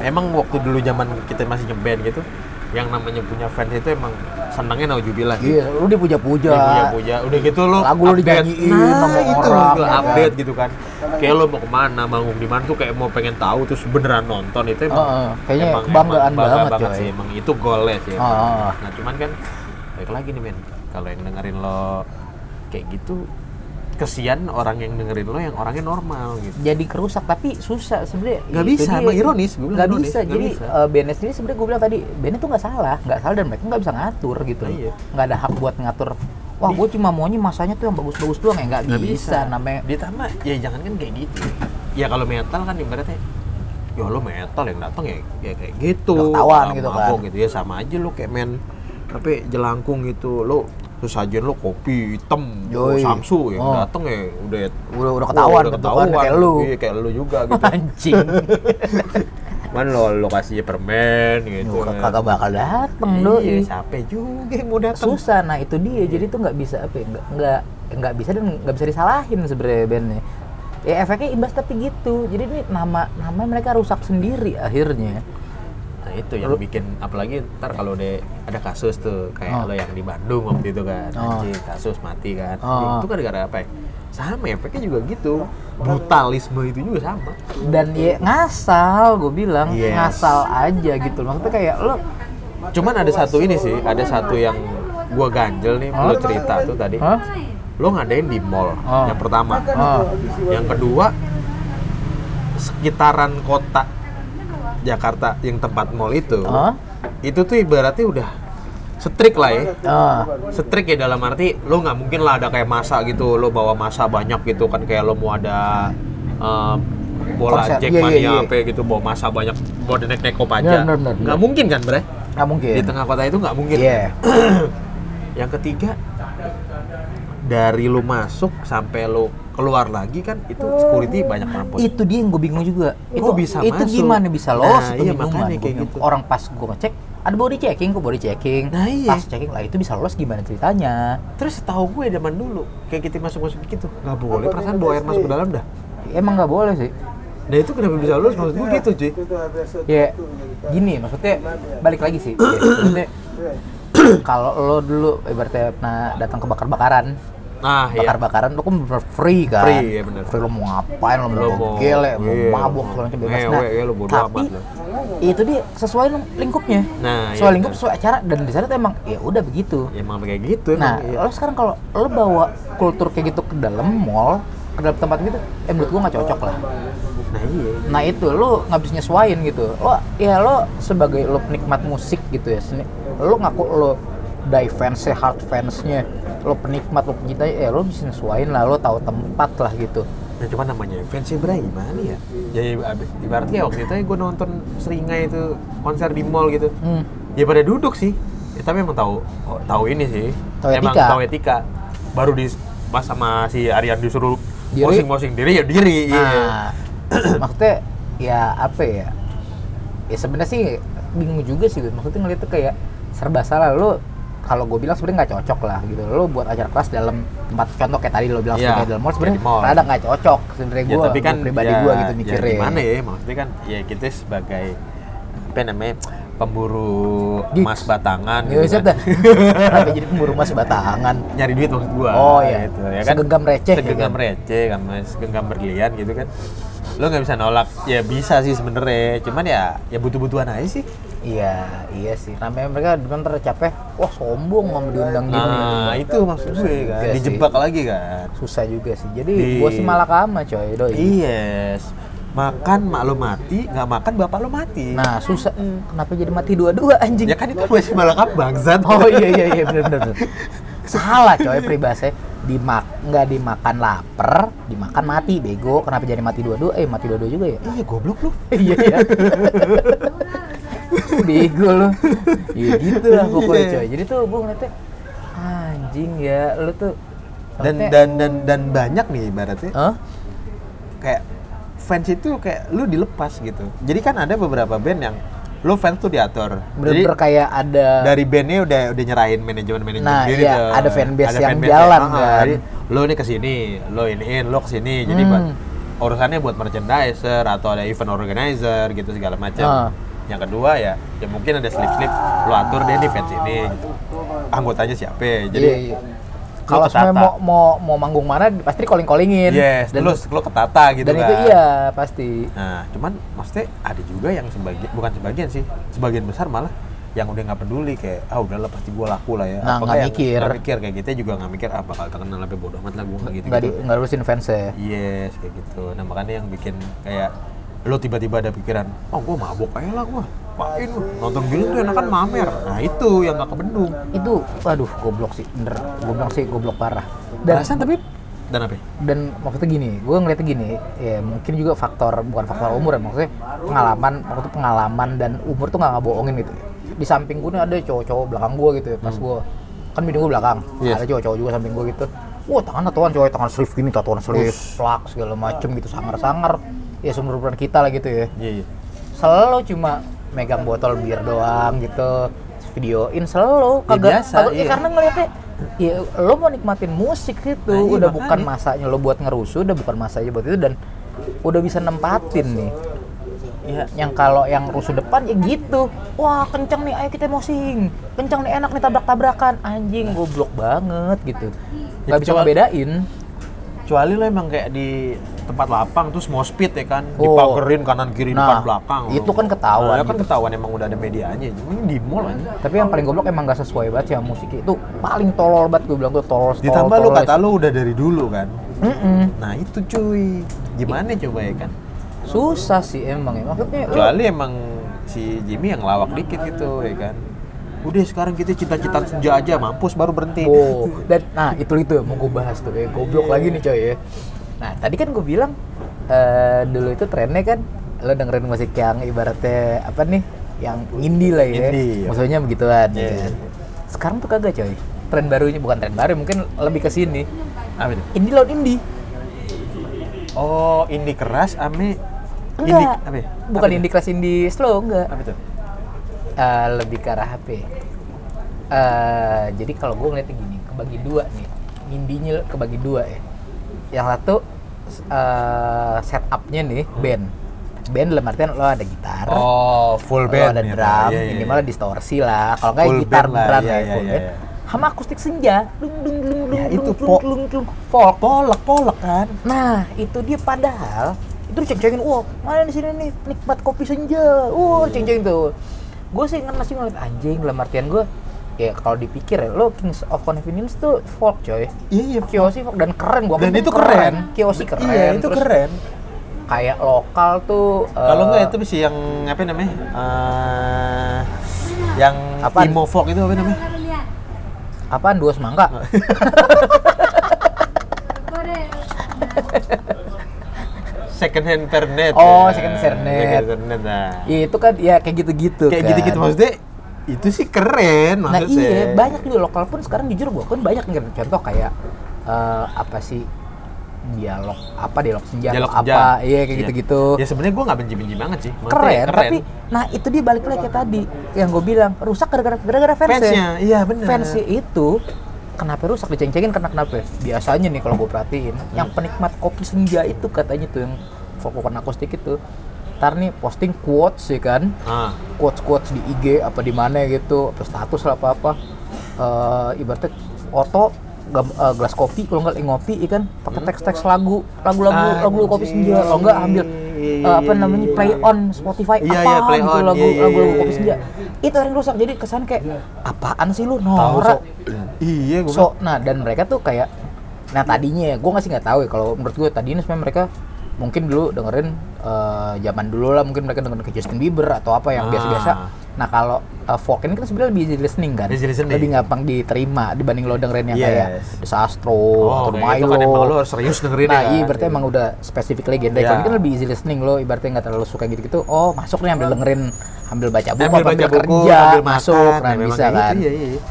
B: Emang waktu dulu zaman kita masih ngeband gitu, yang namanya punya fans itu emang senangnya naujubillah. gitu. sih.
A: Iya, lu dipuja-puja.
B: Punya puja, udah gitu lo
A: Lagu lo dinyanyiin sama
B: itu
A: orang,
B: lo
A: ya kan?
B: update gitu kan. Kayak lo mau kemana, manggung di mana tuh kayak mau pengen tahu terus beneran nonton itu emang,
A: Heeh, kayaknya kebanggaan
B: bangga
A: banget, coy.
B: sih emang itu goalnya sih. emang.
A: Heeh.
B: Nah cuman kan baik lagi nih men, kalau yang dengerin lo kayak gitu kesian orang yang dengerin lo yang orangnya normal gitu.
A: Jadi kerusak tapi susah sebenarnya.
B: Nggak
A: Itu
B: bisa,
A: dia.
B: emang ironis, gua bilang
A: Nggak
B: ironis,
A: bisa.
B: nggak
A: Jadi
B: bisa.
A: eh, bandnya sendiri sebenarnya gue bilang tadi, bandnya tuh nggak salah, nggak salah dan mereka nggak bisa ngatur gitu.
B: Nah, iya.
A: Nggak ada hak buat ngatur. Wah, gue cuma maunya masanya tuh yang bagus-bagus doang ya nggak
B: Nggak
A: bisa. namanya.
B: Ditambah ya jangan kan kayak gitu. Ya kalau metal kan ibaratnya ya lo metal yang datang ya, ya kayak gitu.
A: Udah ketahuan
B: Orang
A: gitu kan.
B: mabok gitu ya sama aja lo kayak main tapi jelangkung gitu lo sesajen lo kopi hitam lo
A: Yoi.
B: samsu yang
A: Oh.
B: datang ya udah
A: Udah udah ketahuan,
B: udah
A: bentukannya kayak lu.
B: Iya, kayak lu juga gitu
A: Anjing.
B: cuman lo lokasinya permen gitu
A: Duh, kagak bakal dateng
B: iya
A: doi.
B: capek juga yang mau datang
A: susah nah itu
B: Iya.
A: dia jadi tuh nggak bisa apa ya nggak nggak nggak bisa dan nggak bisa disalahin sebenarnya bandnya ya efeknya imbas tapi gitu jadi ini nama nama mereka rusak sendiri akhirnya
B: nah itu yang bikin apalagi ntar kalau udah ada kasus tuh kayak lo
A: Oh.
B: yang di Bandung waktu itu kan
A: Oh.
B: anjing kasus mati kan
A: Oh.
B: itu kan gara-gara apa ya sama efeknya juga gitu brutalisme itu juga sama
A: dan ya ngasal gue bilang
B: Yes.
A: ngasal aja gitu maksudnya kayak lo
B: cuman ada satu ini sih ada satu yang gua ganjel nih lo cerita tuh tadi
A: Hah?
B: lo ngadain di mall
A: Oh.
B: yang pertama
A: ah,
B: yang kedua sekitaran kota Jakarta yang tempat mall itu
A: Hah?
B: itu tuh ibaratnya udah setrik lah ya
A: ah,
B: setrik ya dalam arti lo nggak mungkin lah ada kayak masa gitu lo bawa masa banyak gitu kan kayak lo mau ada eh, bola
A: Konser.
B: Jackmania
A: Iya, iya, iya.
B: apa gitu bawa masa banyak bawa nenek neko aja
A: Benar, benar, benar.
B: nggak mungkin kan bre
A: nggak mungkin
B: di tengah kota itu nggak mungkin
A: Iya.
B: yang ketiga dari lu masuk sampai lu keluar lagi kan itu security banyak mampus.
A: itu dia yang gue bingung juga
B: Kok
A: itu
B: bisa
A: itu
B: masuk?
A: gimana bisa
B: Nah,
A: lolos itu
B: iya,
A: bingungan
B: makanya
A: gua
B: kayak
A: bilang.
B: gitu.
A: orang pas gue ngecek ada body checking kok body checking
B: Nah, iya.
A: pas checking lah itu bisa lolos gimana ceritanya
B: Terus setahu gue zaman dulu kayak kita masuk-masuk gitu nggak boleh perasaan bawa air masuk ke dalam dah.
A: emang nggak boleh sih
B: Nah itu kenapa bisa lulus maksud gue gitu cuy.
A: ya gini maksudnya balik lagi sih Ya, maksudnya kalau lo dulu ibaratnya pernah datang ke bakar-bakaran
B: Nah ya.
A: bakar-bakaran lo kan bener free kan
B: Free, iya bener.
A: free lo mau ngapain lo
B: Lo
A: mau
B: mau-
A: gele mau
B: iya, mau
A: mabuk segala macam bebas Nah,
B: ngewe, iya, lo bodo
A: tapi
B: amat lo.
A: itu dia sesuai lingkupnya
B: Nah,
A: sesuai
B: iya,
A: lingkup
B: bener.
A: sesuai acara dan di sana tuh emang ya udah begitu
B: Ya emang kayak gitu emang.
A: Nah,
B: iya.
A: lo sekarang kalau lo bawa kultur kayak gitu ke dalam mall, ke dalam tempat gitu eh menurut gua nggak cocok lah
B: Nah iya.
A: nah itu lo nggak bisa nyesuain gitu lo ya lo sebagai lo penikmat musik gitu ya seni lo ngaku lo die fansnya hard fansnya lo penikmat lo pecinta eh lo bisa nyesuain lah lo tahu tempat lah gitu
B: Nah cuman namanya fansnya Bray gimana ya? Ya ab- ibaratnya waktu itu gue nonton Seringai itu konser di mall gitu.
A: hmm.
B: Ya pada duduk sih. Ya, tapi emang tahu oh, tahu ini sih.
A: Tahu
B: emang
A: etika.
B: tahu etika. Baru di pas sama si Aryan disuruh
A: Diri.
B: posing-posing diri ya diri. iya.
A: Nah, maksudnya ya apa ya? Ya sebenarnya sih bingung juga sih, Bud. maksudnya ngeliatnya kayak serba salah lo. Kalau gue bilang sebenarnya nggak cocok lah gitu. Lo buat acara kelas dalam tempat contoh kayak tadi lo bilang
B: Iya,
A: sebagai dalam mall
B: ya
A: sebenarnya
B: di mall.
A: rada nggak cocok sebenarnya
B: ya
A: gue
B: tapi kan
A: pribadi
B: ya-
A: gue gitu
B: ya
A: mikirnya.
B: gimana ya maksudnya kan ya kita sebagai apa namanya pemburu
A: Gigs.
B: emas batangan
A: Ya
B: gitu
A: set
B: kan.
A: dah. Kenapa jadi pemburu mas batangan?
B: nyari duit maksud gua
A: Oh, iya.
B: gitu ya kan
A: Segenggam receh,
B: segenggam
A: ya kan?
B: receh kan mas segenggam berlian gitu kan lo nggak bisa nolak ya bisa sih sebenernya cuman ya ya butuh-butuhan aja sih
A: Iya, iya sih. Namanya mereka dengan tercapek, wah sombong sama diundang gini.
B: nah itu maksud gue kan
A: Iya sih.
B: dijebak lagi kan
A: Susah juga sih. Jadi
B: Di- Iya.
A: gue sih malah kama coy, doi.
B: yes makan mak lo mati nggak makan bapak lo mati
A: Nah, susah. Kenapa jadi mati dua-dua anjing?
B: ya kan itu masih malakap bangsat
A: Oh iya iya iya benar benar. benar. Salah coy peribahasa dimak nggak dimakan lapar, dimakan mati bego. Kenapa jadi mati dua-dua? Eh mati dua-dua juga ya?
B: iya goblok lo
A: Iya iya. bego lo. Iya gitu lah pokoknya coy. Jadi tuh gue ngeliatnya anjing ya lu tuh
B: dan
A: maksudnya-
B: dan dan dan banyak nih ibaratnya
A: Hah?
B: kayak fans itu kayak lu dilepas gitu jadi kan ada beberapa band yang lu fans tuh diatur jadi
A: bener-bener kayak ada
B: dari bandnya udah udah nyerahin manajemen manajemen
A: Nah,
B: diri
A: iya,
B: tuh.
A: ada fanbase yang
B: fanbase
A: jalan,
B: Ah,
A: kan.
B: jadi lu ini kesini lu iniin lu kesini jadi
A: Hmm.
B: buat urusannya buat merchandiser atau ada event organizer gitu segala
A: Ah.
B: macam yang kedua ya ya mungkin ada slip slip lu atur deh nih fans ini gitu. anggotanya siapa jadi
A: iya, iya. kalau
B: ketata.
A: semuanya mau mau mau manggung mana pasti calling callingin
B: yes
A: iya. dan,
B: lu lu ketata gitu
A: dan
B: kan
A: itu iya pasti
B: Nah, cuman maksudnya ada juga yang sebagian bukan sebagian sih, sebagian besar malah yang udah nggak peduli kayak ah udahlah pasti gue laku lah ya.
A: Nah,
B: Apakah
A: nggak
B: yang
A: mikir.
B: nggak mikir kayak gitu juga nggak mikir ah bakal terkenal lebih bodoh amat lah gue nggak gitu.
A: nggak di nggak urusin fans ya
B: Yes kayak gitu. Nah makanya yang bikin kayak lo tiba-tiba ada pikiran, oh gue mabok aja lah gue, main gua. nonton film tuh enakan mamer. Nah itu yang nggak kebendung.
A: itu waduh goblok sih bener goblok sih goblok parah dan
B: Perasaan tapi dan apa? ya?
A: dan maksudnya gini gue ngeliatnya gini ya mungkin juga faktor bukan faktor umur ya maksudnya pengalaman waktu pengalaman dan umur tuh nggak ngebohongin gitu di samping gue nih ada cowok-cowok belakang gue gitu ya pas gue kan bini gue belakang
B: Yes.
A: ada cowok-cowok juga samping gue gitu wah tangan tatoan cowok tangan sleeve gini tatoan sleeve plak segala macem gitu sangar-sangar ya seumur umuran kita lah gitu ya
B: Iya iya.
A: selalu cuma megang botol bir doang gitu videoin selalu kagak
B: biasa,
A: kagak- ya
B: iya.
A: karena ngeliatnya ya lo mau nikmatin musik gitu
B: Nah, iya,
A: udah
B: makanya.
A: bukan masanya lo buat ngerusuh udah bukan masanya buat itu dan udah bisa nempatin nih
B: Iya.
A: yang kalau yang rusuh depan ya gitu wah kencang nih ayo kita mosing kencang nih enak nih tabrak tabrakan anjing goblok banget gitu
B: Ya,
A: nggak bisa
B: kecuali-
A: ngebedain
B: Kecuali lo emang kayak di tempat lapang terus mau speed ya kan,
A: Oh.
B: dipagerin kanan kiri
A: Nah,
B: depan belakang.
A: itu kan ketahuan
B: ya kan ketahuan emang udah ada medianya. Ini di mall aja.
A: tapi yang paling goblok emang gak sesuai banget sih sama musik itu paling tolol banget gue bilang tuh tolol tolol,
B: Ditambah lo
A: tolol.
B: kata lo udah dari dulu kan.
A: Mm-mm.
B: Nah itu cuy, gimana coba ya kan?
A: susah sih emang ya maksudnya lu
B: Kecuali emang si Jimmy yang lawak dikit gitu ya kan. Udah sekarang kita cita-cita senja aja, mampus baru berhenti.
A: Wow. dan nah itu itu yang mau gue bahas tuh ya goblok lagi nih coy ya nah tadi kan gue bilang eh, dulu itu trennya kan lo dengerin musik yang ibaratnya apa nih yang indie lah ya
B: Indie, ya.
A: maksudnya begituan ya
B: Iya.
A: kan? sekarang tuh kagak coy tren barunya bukan tren baru mungkin lebih ke sini
B: Apa itu?
A: indie lawan indie
B: Oh, ini keras, ame ini
A: enggak
B: apa? ya? Apa
A: bukan
B: itu?
A: indie kelas indie slow enggak
B: Apa itu?
A: Eh, lebih ke arah HP. Eh, jadi kalau gue ngeliatnya gini, kebagi dua nih. Indinya kebagi dua ya. Yang satu s- eh, setupnya nih band. Band dalam artian lo ada gitar,
B: Hmm. Oh, full
A: lo
B: band.
A: ada
B: ya, Pak.
A: drum,
B: Iya, iya, iya.
A: minimal distorsi lah. Kalau nggak ya
B: Full
A: gitar
B: band lah,
A: beneran
B: iya,
A: ya,
B: iya,
A: full
B: iya,
A: band.
B: iya.
A: Sama akustik senja, dung dung dung dung
B: Ya,
A: dung,
B: itu
A: dung,
B: folk.
A: dung, dung. folk.
B: polek polek kan
A: Nah, itu dia padahal itu diceng-cengin, wah mana di sini nih
B: Iya.
A: nikmat kopi senja, wah ceng-cengin tuh. Gue sih nggak masih ngeliat anjing dalam artian gue, ya kalau dipikir ya lo Kings of Convenience tuh folk
B: Iya,
A: coy
B: iya.
A: Kiyoshi folk dan keren gua
B: Dan
A: bilang
B: itu keren.
A: Kiyoshi keren
B: Iya, itu
A: Terus eh,
B: keren.
A: kayak lokal tuh eh,
B: Kalau nggak itu sih yang apa namanya? Eh, yang
A: Apaan?
B: emo folk itu apa namanya?
A: apaan dua semangka
B: Second hand Fernet.
A: Oh,
B: Ya,
A: second hand Fernet.
B: Second hand Fernet, nah.
A: ya itu kan ya kayak gitu-gitu
B: Kayak
A: kan.
B: gitu-gitu maksudnya itu sih keren
A: nah
B: maksudnya.
A: iya banyak juga lokal pun sekarang jujur gua pun banyak nih contoh kayak eh, apa sih dialog apa dialog senja
B: Dialog
A: atau
B: senja.
A: apa iya kayak gitu-gitu
B: Ya sebenarnya gue nggak benci-benci banget sih. Maksudnya
A: keren, tapi nah itu dia balik lagi kayak tadi yang gue bilang rusak gara-gara gara-gara fansnya.
B: Fansnya, iya, bener.
A: Fansnya itu kenapa rusak diceng-cengin karena kenapa? Biasanya nih kalau gue perhatiin, yang penikmat kopi senja itu katanya tuh yang fokukan akustik itu, ntar nih posting quotes ya kan,
B: Ah,
A: quotes quotes di IG apa di mana gitu, apa status lah apa apa, Eh, ibaratnya foto gam- eh, gelas kopi kalau nggak lagi ngopi ikan pakai
B: Hmm.
A: teks-teks lagu lagu-lagu
B: Ah,
A: lagu kopi senja kalau nggak ambil
B: Anjing.
A: eh, apa namanya play on Spotify
B: Iya,
A: apa
B: iya, play
A: gitu
B: on.
A: lagu
B: Iya, iya,
A: lagu lagu
B: iya,
A: kopi
B: iya.
A: senja itu yang rusak jadi kesan kayak apaan sih lu
B: tahu sok.
A: norak
B: Iya gue.
A: so nah dan mereka tuh kayak nah tadinya ya gue masih nggak tahu ya kalau menurut gue tadinya sebenarnya mereka mungkin dulu dengerin eh, zaman dulu lah mungkin mereka dengerin ke Justin Bieber atau apa yang
B: Ah.
A: biasa-biasa nah kalau eh, folk ini kan sebenarnya lebih easy listening kan
B: Easy listening.
A: lebih gampang diterima dibanding lo dengerin yang
B: Yes.
A: kayak Desastro
B: Oh,
A: atau
B: kayak gitu kan
A: Milo.
B: emang lo harus serius dengerin
A: nah
B: ya
A: iya
B: kan?
A: berarti emang udah spesifik legenda
B: Iya.
A: kalau ini kan lebih easy listening lo ibaratnya nggak terlalu suka gitu-gitu oh masuk nih ambil dengerin ambil baca buku
B: Ambil
A: atau
B: baca buku,
A: kerja
B: ambil makan,
A: masuk nah,
B: ya memang
A: bisa
B: kayak
A: kan
B: gitu, Iya, iya, iya.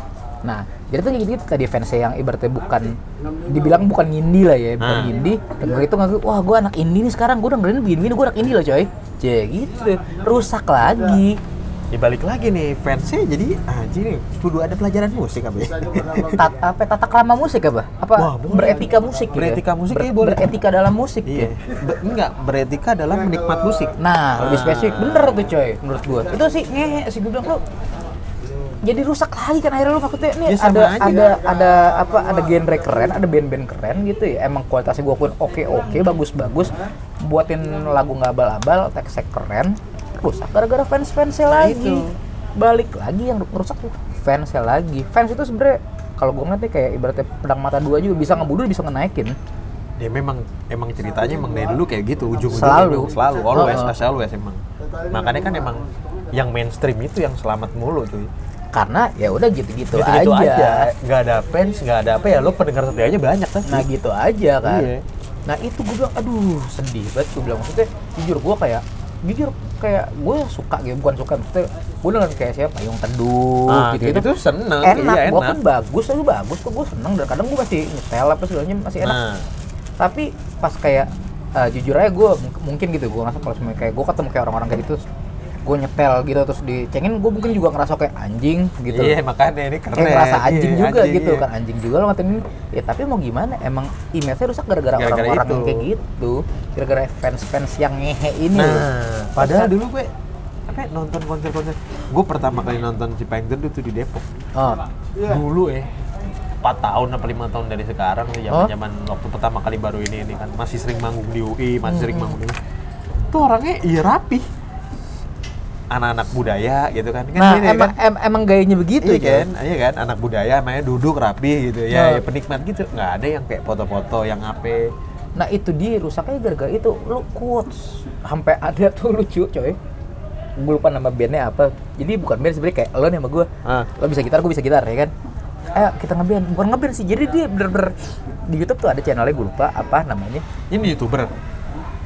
A: Nah, jadi tuh gitu, gitu tadi fansnya yang ibaratnya bukan dibilang bukan indie lah ya, bukan
B: Nah.
A: indie. Denger itu ngaku, wah gue anak indie nih sekarang, gue dengerin begini-begini, gue anak indie loh coy. Cie gitu, rusak lagi.
B: Ya balik lagi nih fansnya jadi ah, anjing nih kudu ada pelajaran musik apa ya?
A: Tata, apa, tata krama musik apa? Apa
B: Wah, boleh.
A: beretika musik gitu?
B: Beretika musik, iya, boleh.
A: Beretika dalam musik
B: Iya.
A: ya.
B: Be- enggak, beretika adalah menikmat musik.
A: Nah, lebih spesifik. Bener tuh coy, menurut gua. Itu sih ngehe sih gue bilang lu jadi rusak lagi kan akhirnya lu maksudnya nih
B: Ya, sama
A: ada
B: aja.
A: ada ada apa ada genre keren, ada band-band keren gitu ya. Emang kualitasnya gua akuin oke-oke, bagus-bagus. Buatin lagu nggak abal-abal, teksnya keren, rusak gara-gara fans-fansnya lagi. Balik lagi yang rusak tuh fansnya lagi. Fans itu sebenarnya kalau gua ngeliatnya kayak ibaratnya pedang mata dua juga bisa ngebunuh bisa ngenaikin.
B: Ya memang emang ceritanya emang dari dulu kayak gitu ujung-ujungnya
A: Selalu.
B: emang selalu always
A: Heeh.
B: as always emang. Makanya kan emang yang mainstream itu yang selamat mulu cuy.
A: Karena ya udah gitu-gitu
B: Gitu-gitu
A: aja.
B: Nggak ada fans, nggak ada apa ya lo pendengar setianya banyak kan.
A: Nah gitu aja kan.
B: Iya.
A: Nah itu gue bilang, aduh sedih banget gue bilang. Maksudnya jujur gue kayak, jujur kayak gue suka gitu, bukan suka. Maksudnya gue dengan kayak siapa, Payung Teduh
B: Ah,
A: gitu.
B: kayak
A: gitu.
B: gitu seneng,
A: Enak,
B: iya,
A: gue
B: enak.
A: kan bagus, tapi bagus kok gue seneng. Dan kadang gue masih nyetel apa segalanya masih enak.
B: Nah.
A: Tapi pas kayak, eh, jujur aja gue mungkin gitu, gue ngerasa kalau semuanya kayak gue ketemu kayak orang-orang kayak gitu, gue nyetel gitu terus dicengin gue mungkin juga ngerasa kayak anjing gitu
B: Iya makanya ini keren.
A: kayak ngerasa anjing
B: Iya,
A: juga gitu
B: iya.
A: kan anjing juga lo ngatain ini ya tapi mau gimana emang image-nya rusak gara-gara
B: Gara-gara
A: orang-orang
B: itu.
A: yang kayak gitu gara-gara fans-fans yang ngehe ini
B: Nah, padahal dulu gue apa ya, nonton konser-konser. Gue pertama kali nonton Cipayung Teduh tuh di Depok.
A: oh,
B: Dulu ya. 4 tahun apa 5 tahun dari sekarang nih zaman-zaman waktu pertama kali baru ini ini kan masih sering manggung di UI, masih sering manggung di UI. Tuh orangnya iya rapi. Anak-anak budaya gitu kan. kan
A: nah
B: gini
A: emang
B: kan.
A: em- emang gayanya
B: Iya
A: begitu ya
B: kan, iya kan, anak budaya namanya duduk rapi gitu ya,
A: Nah.
B: ya penikmat gitu, nggak ada yang kayak foto-foto yang apa.
A: nah itu dia rusaknya gara-gara itu lu quotes sampai ada tuh lucu coy gue lupa nama bandnya apa jadi bukan band sebenarnya kayak lo nih sama gue
B: Ah.
A: lo bisa gitar gue bisa gitar ya kan ayo kita ngeband bukan ngeband sih jadi dia bener-bener di YouTube tuh ada channelnya gue lupa apa namanya
B: Ini youtuber,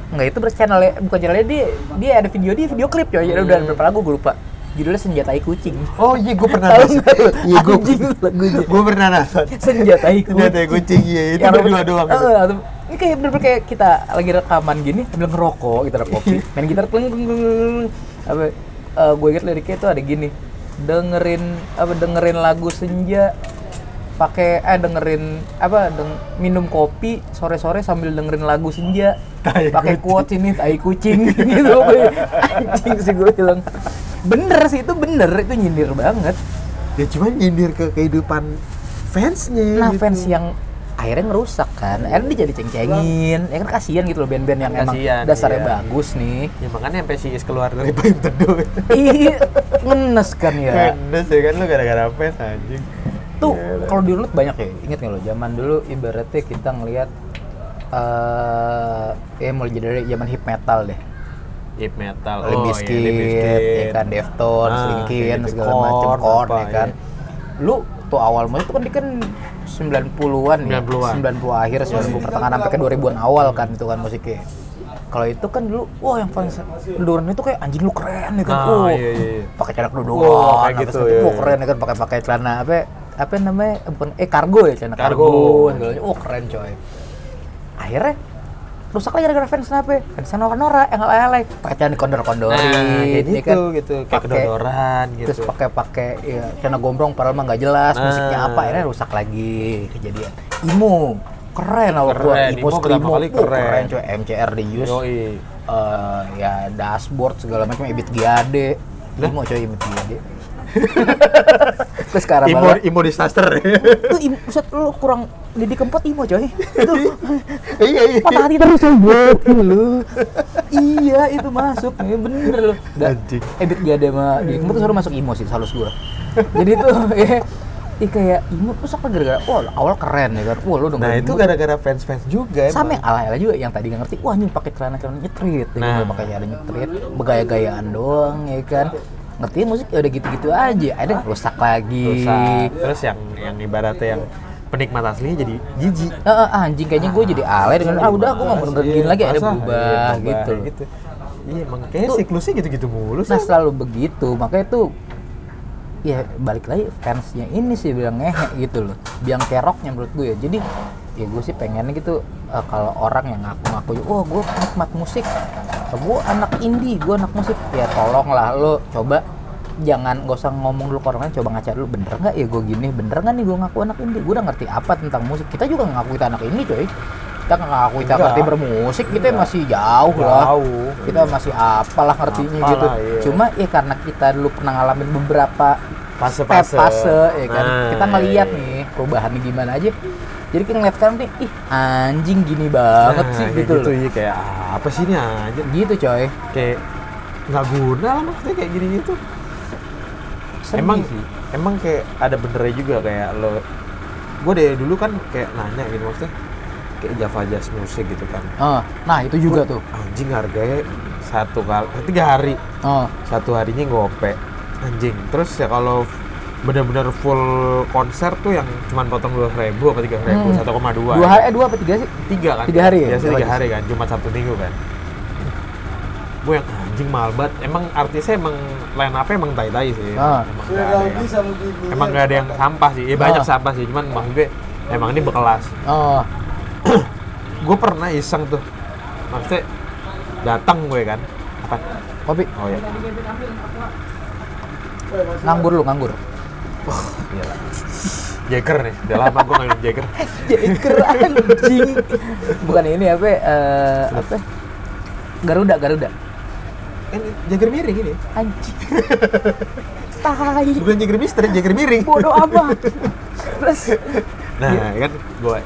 A: Nggak itu berarti channelnya, bukan channelnya dia, dia ada video dia video klip coy. Ada udah ada berapa lagu gue lupa. Judulnya Senjatai Kucing.
B: Oh iya gue pernah
A: Tahu
B: nonton.
A: nggak lu?
B: Iya gue
A: Anjing lagunya.
B: Gue pernah nonton.
A: Senjatai Kucing.
B: Senjatai kucing iya itu
A: Yang
B: berdua
A: rambut-
B: doang.
A: Heeh, atau- Eh, ini kayak bener-bener kayak kita lagi rekaman gini sambil ngerokok, kita ada kopi, main gitar kleng kleng kleng, kleng. Apa eh, gue ingat liriknya itu ada gini. Dengerin apa dengerin lagu senja pakai eh dengerin apa deng- minum kopi sore-sore sambil dengerin lagu senja
B: Tai
A: pakai quotes ini tai kucing gitu anjing sih gue bilang bener sih itu bener itu nyindir banget
B: Ya cuman nyindir ke kehidupan fansnya.
A: nah
B: gitu.
A: fans yang akhirnya ngerusak kan akhirnya dia jadi ceng-cengin ya kan kasihan gitu loh band-band yang emang
B: Kasihan,
A: dasarnya
B: iya.
A: bagus nih
B: ya makanya sampai si Is keluar dari payung teduh
A: ih ngenes kan ya
B: Mendes ya kan lu gara-gara pes anjing
A: tuh
B: Gila.
A: kalau dulu banyak ya inget nggak lo zaman dulu ibaratnya kita ngelihat eh ya mulai dari zaman hip metal deh
B: Hip metal, oh, iya,
A: Limp Bizkit, ya kan, Deftones,
B: Ah,
A: Linkin,
B: kayak gitu.
A: segala macam,
B: Korn, iya.
A: Korn,
B: apa,
A: ya kan. Lu tuh awal mulai tuh kan dia kan 90-an ya,
B: 90-an.
A: 90 akhir, 90 pertengahan sampai ke 2000-an awal kan itu kan musiknya. Kalau itu kan dulu, wah yang paling duran itu kayak anjing lu keren ya kan.
B: Nah,
A: Wah,
B: iya, iya, iya.
A: Pakai celana keduduran,
B: Wah, kayak
A: apa
B: gitu,
A: segala-
B: iya,
A: wah,
B: iya.
A: keren ya kan pakai pakai celana apa apa namanya? Bukan eh kargo ya celana
B: Kargo.
A: kargo. segala macam. Wah, keren coy. Akhirnya rusak lagi gara-gara fans kenapa? Fans Nora-Nora yang alay-alay. Pakai celana kondor-kondor
B: Nah, kayak
A: gitu,
B: gitu, gitu. Kayak
A: Pakai-
B: kedodoran gitu.
A: terus pakai pakai ya, celana gombrong padahal mah nggak jelas
B: Nah.
A: musiknya apa akhirnya rusak lagi kejadian imo keren awal
B: Keren,
A: gua
B: Imo
A: imo
B: pertama
A: screamo
B: kali
A: Wuh,
B: keren.
A: keren coy MCR di use
B: Yoi.
A: Eh, ya dashboard segala macam Ebit Giade imo coy Ebit Giade terus sekarang
B: Imo,
A: malah-
B: imo disaster.
A: tuh imo, Ustaz, lu kurang Didi Kempot imo coy itu
B: iya, iya.
A: patah hati terus coy Gokil lu iya itu masuk ya bener lu Da-
B: Anjing.
A: Ebit gak ada sama di Kamu tuh selalu masuk IMO sih, salus gua. Jadi tuh ya, ya kayak IMO tuh sampai gara-gara, wah awal keren ya kan, wah lu udah
B: Nah, itu gara-gara fans-fans juga emang.
A: sama yang ala juga yang tadi nggak ngerti wah ini pakai celana celana nyetrit ya,
B: Nah.
A: kan, pakai celana nyetrit bergaya-gayaan doang ya kan ngerti musik ya udah gitu-gitu aja ada yang rusak lagi Iya.
B: Rusak. Terus yang yang ibaratnya yang penikmat aslinya jadi jijik.
A: Eh, eh, anjing kayaknya gue jadi alay dengan ah udah aku nggak mau
B: Males,
A: dengerin
B: iya,
A: gini lagi ada
B: masa? Iya,
A: berubah gitu loh.
B: Iya, emang kayaknya siklusnya gitu-gitu mulu sih.
A: Nah selalu begitu, makanya tuh ya balik lagi fansnya ini sih bilang ngehe gitu loh, biang keroknya menurut gue ya. Jadi ya gue sih pengennya gitu eh, kalau orang yang ngaku-ngaku, wah gue penikmat musik, gue anak indie, gue anak musik, ya tolonglah lo coba jangan gak usah ngomong dulu ke orang lain coba ngaca dulu bener nggak ya gue gini bener nggak nih gue ngaku anak indie gue udah ngerti apa tentang musik kita juga nggak ngaku kita anak indie coy kita nggak ngaku kita
B: Enggak.
A: ngerti bermusik kita masih jauh lah
B: Jauh.
A: kita masih apalah ngertinya
B: Apalah,
A: gitu
B: iya.
A: cuma ya karena kita dulu pernah ngalamin beberapa
B: Fase-fase.
A: step, fase ya kan
B: Nah,
A: kita ngeliat
B: iya, iya.
A: nih perubahannya gimana aja jadi kita ngeliat sekarang nih ih anjing gini banget
B: Nah,
A: sih
B: kayak
A: gitu, loh
B: iya, kayak "Ah, apa sih ini aja
A: gitu coy
B: kayak nggak guna lah maksudnya kayak gini gitu
A: Sedih
B: emang
A: sih.
B: emang kayak ada benernya juga kayak lo gue dari dulu kan kayak nanya gitu maksudnya kayak Java Jazz Music gitu kan
A: Oh, nah itu juga tuh
B: anjing harganya satu kali tiga hari
A: oh
B: satu harinya gope anjing terus ya kalau benar-benar full konser tuh yang cuman potong dua ribu apa tiga ribu
A: Hmm.
B: satu koma dua
A: dua hari eh dua apa tiga sih
B: tiga kan
A: Tiga hari ya?
B: biasanya tiga
A: Java
B: hari kan jumat sabtu minggu kan gue yang anjing mahal banget emang artisnya emang line up emang tai tai sih
A: Ah.
B: emang nggak ada yang, emang nggak ada yang sampah sih ya banyak
A: Ah.
B: sampah sih cuman maksud gue emang ini berkelas
A: oh
B: gue pernah iseng tuh maksudnya datang gue kan apa
A: kopi
B: oh ya
A: nganggur lu nganggur
B: gila Jagger Iya. nih udah lama gue nggak minum Jagger
A: Jaker anjing bukan ini apa eh, apa Garuda Garuda
B: kan Jagger miring ini
A: anjing tai
B: bukan Jagger Mister Jagger miring
A: bodoh amat terus
B: Nah, kan gue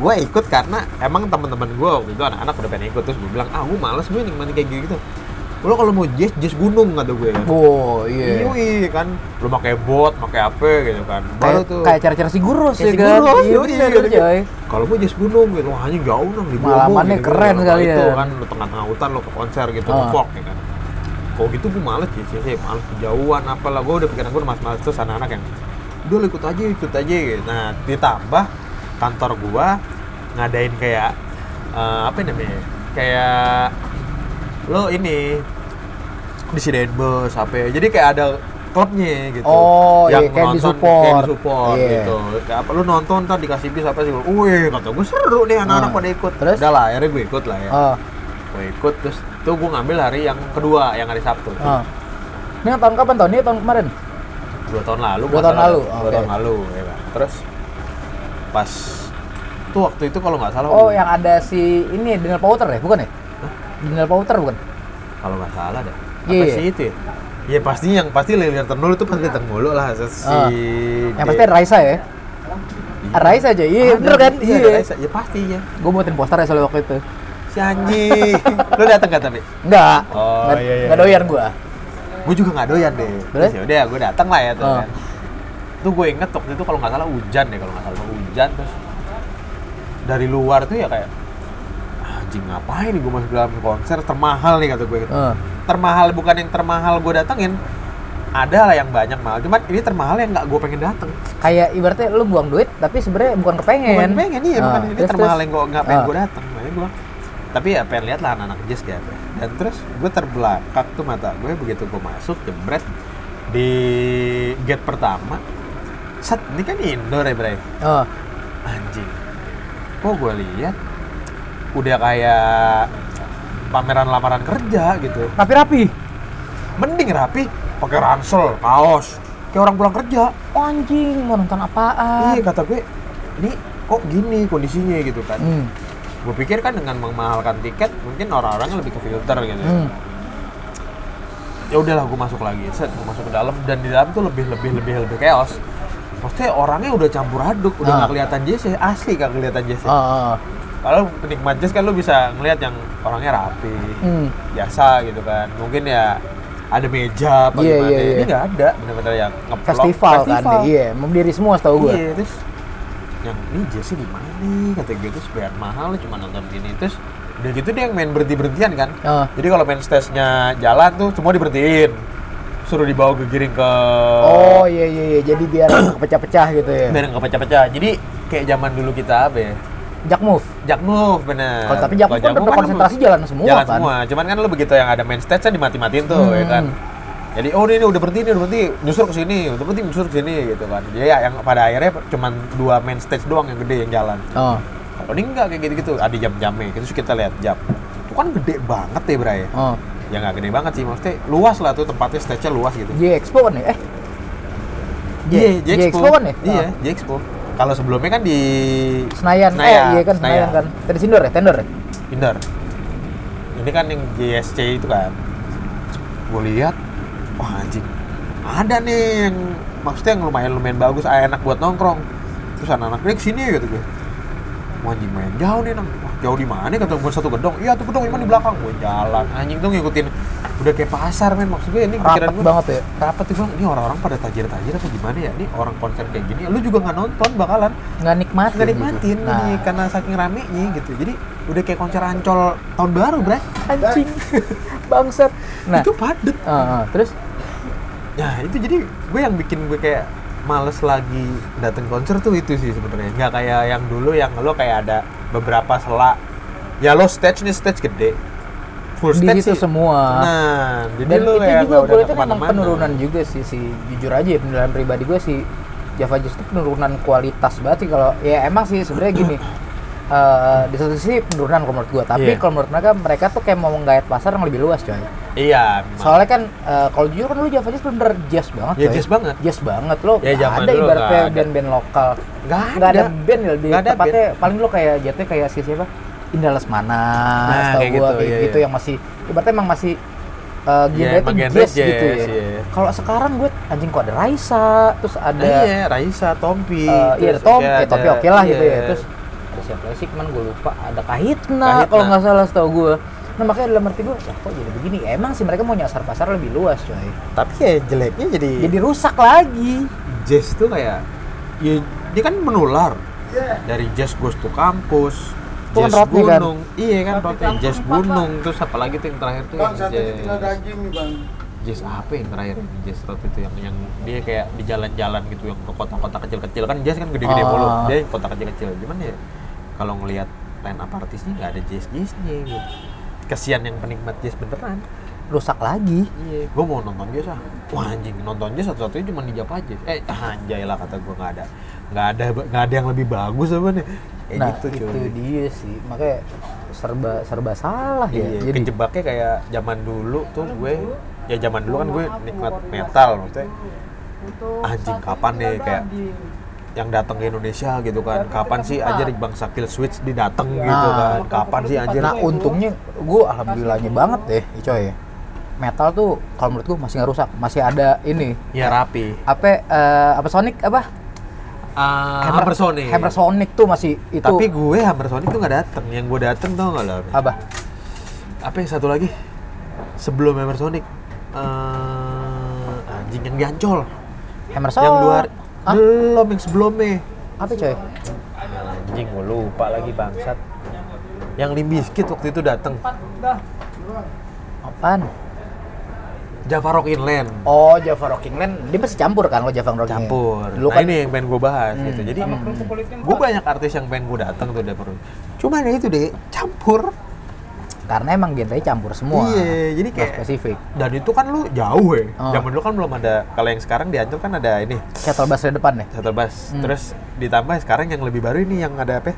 B: gue ikut karena emang teman-teman gue waktu itu anak-anak udah pengen ikut terus gue bilang ah gue males gue nikmatin kayak gitu lo kalau mau jazz jazz gunung kata gue kan
A: oh iya
B: Yui, kan lo pakai bot pakai apa gitu kan baru
A: kayak
B: tuh
A: kayak cara-cara si gurus
B: kayak si
A: ya kan
B: guru,
A: iya
B: yui,
A: bener
B: gitu.
A: coy
B: kalau gue jazz gunung gitu wah anjing gaun dong di gitu.
A: Pengalamannya keren sekali
B: itu
A: ya.
B: kan lo tengah-tengah hutan lo ke konser gitu
A: Ah.
B: ke folk ya kan kalau gitu gue males sih sih males kejauhan apalah gue udah pikiran gue mas males terus anak-anak yang udah lu ikut aja ikut aja gitu. nah ditambah kantor gua ngadain kayak eh, apa namanya kayak lo ini disediain bus apa ya. jadi kayak ada klubnya gitu
A: Oh, iya, kayak
B: nonton,
A: disupport.
B: kayak disupport
A: Iya.
B: gitu Kayak apa lu nonton tadi dikasih bis apa sih wih kata gue seru nih anak-anak
A: Ah.
B: pada ikut
A: Terus?
B: udah lah akhirnya gue ikut lah ya
A: Ah,
B: gue ikut terus tuh gue ngambil hari yang kedua yang hari Sabtu
A: ah. ini yang tahun kapan tahun ini tahun kemarin
B: dua tahun lalu
A: Dua
B: kalau
A: tahun
B: nggak
A: lalu,
B: salah. dua
A: oke.
B: tahun lalu ya kan terus pas tuh waktu itu kalau nggak salah
A: oh yang ada si ini Daniel Powter ya bukan ya Daniel Powter bukan
B: kalau nggak salah deh apa
A: Iya, iya.
B: sih itu ya ya pasti yang pasti Lilian Ternul itu pasti Ternulu lah si
A: Ah. yang pasti ada Raisa ya Rais aja, iya bener kan?
B: Iya, ada
A: Iya.
B: Raisa. Ya pasti ya.
A: Gue buatin posternya soalnya waktu itu.
B: Si anjing. Lo dateng gak tapi?
A: Enggak.
B: Oh,
A: Nggak-
B: iya, iya,
A: nggak
B: iya.
A: doyan gue.
B: Gue juga gak doyan deh. Terus ya udah gue dateng lah ya tuh.
A: Oh.
B: kan. Tuh gue inget waktu itu kalau nggak salah hujan deh kalau nggak salah hujan terus dari luar tuh ya kayak anjing ngapain gue masuk dalam konser termahal nih kata gue.
A: Heeh.
B: Termahal bukan yang termahal gue datengin. Ada lah yang banyak mahal, cuman ini termahal yang nggak gue pengen dateng.
A: Kayak ibaratnya lu buang duit tapi sebenarnya bukan kepengen.
B: Bukan pengen iya, bukan
A: Ah,
B: ini
A: terus,
B: termahal
A: terus.
B: yang gue nggak pengen
A: Ah.
B: gue datang, makanya gue. Tapi ya pengen lihat lah anak-anak jazz kayak apa. Dan terus gue terbelakang tuh mata gue begitu gue masuk jebret di gate pertama. Set, ini kan indoor ya bre.
A: Oh,
B: Anjing. Kok gue lihat udah kayak pameran lamaran kerja gitu.
A: rapi-rapi.
B: Mending rapi, pakai ransel, kaos, kayak orang pulang kerja.
A: Oh, anjing, mau nonton apaan?
B: Iya kata gue, ini kok gini kondisinya gitu kan.
A: Hmm.
B: gue pikir kan dengan memahalkan tiket mungkin orang-orang lebih ke filter gitu
A: Hmm.
B: ya udahlah gue masuk lagi set gue masuk ke dalam dan di dalam tuh lebih lebih lebih lebih chaos pasti orangnya udah campur aduk udah
A: Ah.
B: nggak kelihatan JC asli nggak kelihatan JC
A: Oh, oh, oh.
B: kalau penikmat jazz kan lu bisa ngelihat yang orangnya rapi
A: Hmm.
B: biasa gitu kan mungkin ya ada meja apa
A: Iya,
B: gimana
A: iya,
B: ini
A: iya.
B: nggak ada bener-bener yang ngeplok
A: Festival, kan? Iya, memberdiri semua setahu gue.
B: Iya, terus yang ini jersey di mana nih? Kata gue terus bayar mahal cuma nonton gini terus udah gitu dia yang main berhenti berhentian kan.
A: Ah.
B: Jadi kalau main stage-nya jalan tuh semua diberhentiin. Suruh dibawa ke giring ke
A: Oh, iya iya iya. Jadi biar nggak pecah-pecah gitu ya.
B: biar nggak pecah-pecah. Jadi kayak zaman dulu kita apa ya?
A: Jack move.
B: Jack move bener.
A: Kalau tapi Jack
B: Kalau
A: move kan
B: move
A: berkonsentrasi jalan semua,
B: Jalan
A: kan?
B: semua. Cuman kan lu begitu yang ada main stage-nya dimati-matiin tuh ya kan.
A: Hmm.
B: Jadi oh ini udah berhenti, ini udah berhenti, nyusur ke sini, udah berhenti nyusur ke sini gitu kan. Jadi ya yang pada akhirnya cuman dua main stage doang yang gede yang jalan.
A: Oh.
B: Kalau ini enggak kayak gitu-gitu, ada jam-jamnya. Terus kita lihat jam. Itu kan gede banget ya, Bray.
A: Oh.
B: Ya nggak gede banget sih, maksudnya luas lah tuh tempatnya stage-nya luas gitu.
A: J Expo kan ya? Eh. J Expo kan ya?
B: Iya,
A: Ah.
B: J Expo. Kalau sebelumnya kan di
A: Senayan. Eh, iya kan Senayan, kan. Tadi Sindor ya, Tendor ya?
B: Indoor. Ini kan yang JSC itu kan. Gue lihat, wah anjing. Ada nih yang maksudnya yang lumayan-lumayan bagus, ah, enak buat nongkrong. Terus anak-anak ini sini gitu gue. Wah anjing main jauh nih nang. Wah, jauh di mana? Kata gue satu gedong. Iya tuh gedong emang di belakang. Gue jalan. Anjing tuh ngikutin. Udah kayak pasar men maksud gue ini
A: Rapat
B: gue
A: banget ya.
B: rapat tuh bang. Ini orang-orang pada tajir-tajir apa gimana ya? Ini orang konser kayak gini. Lu juga nggak nonton bakalan
A: Nggak nikmatin.
B: nggak nikmatin
A: gitu. Nah,
B: nih karena saking ramenya gitu jadi udah kayak konser ancol tahun baru bre
A: anjing. Bangsat. Nah,
B: itu padet
A: ah, ah, terus
B: ya itu jadi gue yang bikin gue kayak males lagi datang konser tuh itu sih sebenarnya nggak kayak yang dulu yang lo kayak ada beberapa selak ya lo stage nih stage gede full
A: Di
B: stage
A: situ
B: sih.
A: semua.
B: nah jadi
A: dan
B: lo
A: itu
B: kayak nggak- udah
A: juga gue
B: nggak
A: itu memang
B: kemana-mana.
A: penurunan juga sih si jujur aja ya penilaian pribadi gue sih Java Jazz itu penurunan kualitas banget sih kalau ya emang sih sebenarnya gini eh, di satu sisi penurunan kalau menurut gue tapi
B: Iya.
A: kalau menurut mereka mereka tuh kayak mau menggayat pasar yang lebih luas coy
B: iya memang.
A: soalnya kan eh, kalau jujur kan lu Java Jazz bener jazz banget
B: Ya,
A: coy
B: jazz banget.
A: jazz banget lo
B: Ya,
A: nggak
B: zaman
A: ada
B: dulu
A: ibaratnya
B: nggak ada.
A: band-band lokal
B: Nggak
A: nggak ada
B: ada.
A: band ya lebih
B: Nggak ada
A: tepatnya paling lo kayak jatuhnya kayak si siapa Indah Lesmana
B: Nah,
A: setahu
B: kayak
A: gua
B: gitu,
A: kayak
B: iya,
A: gitu
B: iya.
A: yang masih ibaratnya emang masih uh, genre
B: emang
A: itu
B: genre
A: jazz, gitu
B: jazz,
A: ya.
B: iya.
A: Kalau sekarang gue anjing kok ada Raisa, terus ada
B: Nah, iya Raisa Tompi
A: eh, iya ada
B: terus
A: Tom,
B: juga
A: ya,
B: ada-
A: Tompi oke lah gitu ya.
B: iya.
A: Terus ada siapa lagi sih cuman gue lupa ada Kahitna,
B: Kahitna.
A: kalau nggak salah setahu gue. Nah makanya dalam arti gue, "Lah, kok jadi begini? Ya, emang sih mereka mau nyasar pasar lebih luas coy.
B: tapi ya jeleknya jadi
A: Jadi rusak lagi.
B: jazz tuh kayak ya dia kan menular dari jazz gue ke kampus
A: Iya. Itu
B: jazz
A: kan Rodney, kan?
B: gunung iya kan Rodney jazz gunung terus apalagi tuh yang terakhir tuh yang
D: Bang, satu
B: jazz
D: ditinggal daging nih bang.
B: jazz apa yang terakhir jazz rock itu yang yang dia kayak di jalan-jalan gitu yang ke kota-kota kecil-kecil kan jazz kan gede-gede
A: Ah.
B: mulu dia yang kota kecil-kecil cuman ya kalau ngelihat line up artisnya nggak ada jazz jazznya gitu kasihan yang penikmat jazz beneran
A: Rusak lagi.
B: Iya, gue mau nonton jazz ah. Wah anjing, nonton jazz satu-satunya cuma di Java aja. Eh, anjay lah kata gue nggak ada, nggak ada, nggak ada yang lebih bagus apa nih. Kayak
A: nah
B: gitu
A: itu
B: cuy.
A: dia sih, makanya serba serba salah
B: Iya,
A: ya. Jadi
B: kejebaknya kayak zaman dulu tuh gue, ya zaman dulu kan gue nikmat metal maksudnya. Anjing kapan nih kayak yang datang ke Indonesia gitu
A: Iya,
B: kan kapan sih aja Bang Sakil Switch didateng gitu kan
A: Nah.
B: kapan sih anjir
A: Nah untungnya gue alhamdulillahnya banget deh ya coy Metal tuh kalau menurut gue masih nggak rusak Masih ada ini
B: ya rapi
A: Apa eh, apa Sonic apa
B: Ah,
A: Hammer-
B: Hammersonic.
A: Hammersonic tuh masih itu.
B: Tapi gue Hammersonic tuh nggak dateng. Yang gue dateng tau nggak lo? apa?
A: apa?
B: Apa yang satu lagi? Sebelum Hammersonic, eh anjing yang diancol.
A: Hammersonic.
B: Yang dua hari-
A: Hah?
B: belum yang sebelumnya.
A: Ah, Apa coy?
B: Anjing gue lupa lagi bangsat. Yang Limbiskit waktu itu dateng.
A: Apaan?
B: Java Rock Inland.
A: Oh, Java Rocking Land. Dia masih campur kan lo Java Rocking?
B: campur.
A: Dulu
B: nah
A: kan
B: ini yang pengen gue bahas gitu. Jadi gue banyak artis yang pengen gue datang tuh dari perut. Cuman ya itu deh campur.
A: karena emang genrenya campur semua.
B: Iya, jadi
A: Nggak
B: kayak-
A: spesifik.
B: Dan itu kan lu jauh ya.
A: Oh.
B: Zaman dulu kan belum ada. Kalau yang sekarang diancur kan ada ini
A: Shuttle bus di depan deh.
B: shuttle bus. Terus ditambah sekarang yang lebih baru ini yang ada apa? ya?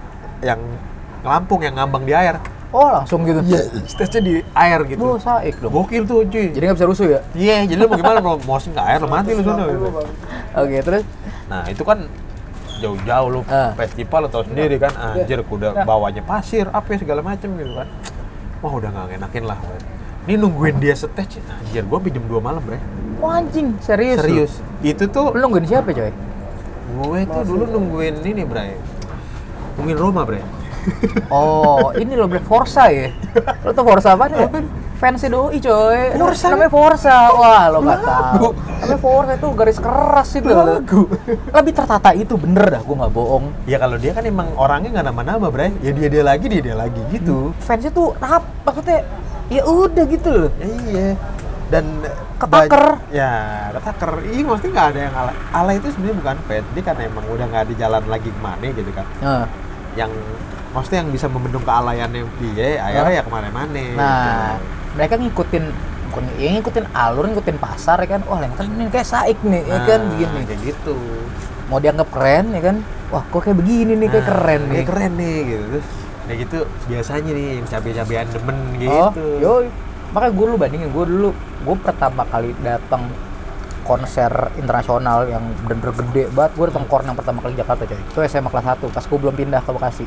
B: Yang ngelampung yang ngambang di air.
A: Oh, langsung gitu.
B: Iya. Stage-nya di air gitu.
A: Mosaik dong.
B: Gokil tuh cuy.
A: Jadi nggak bisa rusuh ya?
B: Iya, jadi lu mau gimana mau mau ke air lu mati lu sono gitu.
A: Oke, terus
B: Nah itu kan jauh-jauh lu
A: Ah.
B: festival atau sendiri kan anjir kuda bawanya pasir apa ya, segala macem gitu kan wah udah nggak enakin lah gue. ini nungguin dia stage anjir gua pinjem dua malam bre
A: Oh, anjing, serius. lu?
B: serius itu tuh
A: Lu nungguin siapa, coy?
B: gue tuh dulu nungguin ini bre nungguin Roma bre
A: Oh, ini lo Black Forza ya? Lo tau Forza apa nih? Fans doi coy.
B: Forza?
A: Namanya Forza. Wah, lo
B: Lagu.
A: gak tau. Namanya Forza itu garis keras itu.
B: Lagu.
A: Lebih tertata itu bener dah, gue gak bohong.
B: ya kalau dia kan emang orangnya nggak nama-nama bre ya dia dia lagi dia dia lagi gitu
A: Fansnya tuh rap, maksudnya ya udah gitu loh.
B: Ya, iya dan
A: Ketaker.
B: ba- ya ketaker iya maksudnya nggak ada yang ala ala itu sebenarnya bukan fans dia kan emang udah nggak ada jalan lagi kemana gitu kan
A: Nah,
B: yang maksudnya yang bisa membendung kealayannya dia akhirnya ya kemana-mana
A: nah, mereka ngikutin bukan ya ngikutin alur, ngikutin pasar ya kan. Wah, yang keren nih kayak Saik nih, ya kan begini.
B: Nah, kayak gitu
A: Mau dianggap keren ya kan. Wah, kok kayak begini nih, kayak
B: Nah,
A: keren nih.
B: kayak keren nih gitu terus kayak gitu biasanya nih yang cabe-cabean demen gitu
A: Oh, yoi. Makanya gue dulu bandingin, gue dulu, gue pertama kali datang konser internasional yang bener-bener gede banget, gue
B: Hmm.
A: datang korn yang pertama kali di Jakarta coy. Itu SMA kelas 1, pas gue belum pindah ke Bekasi.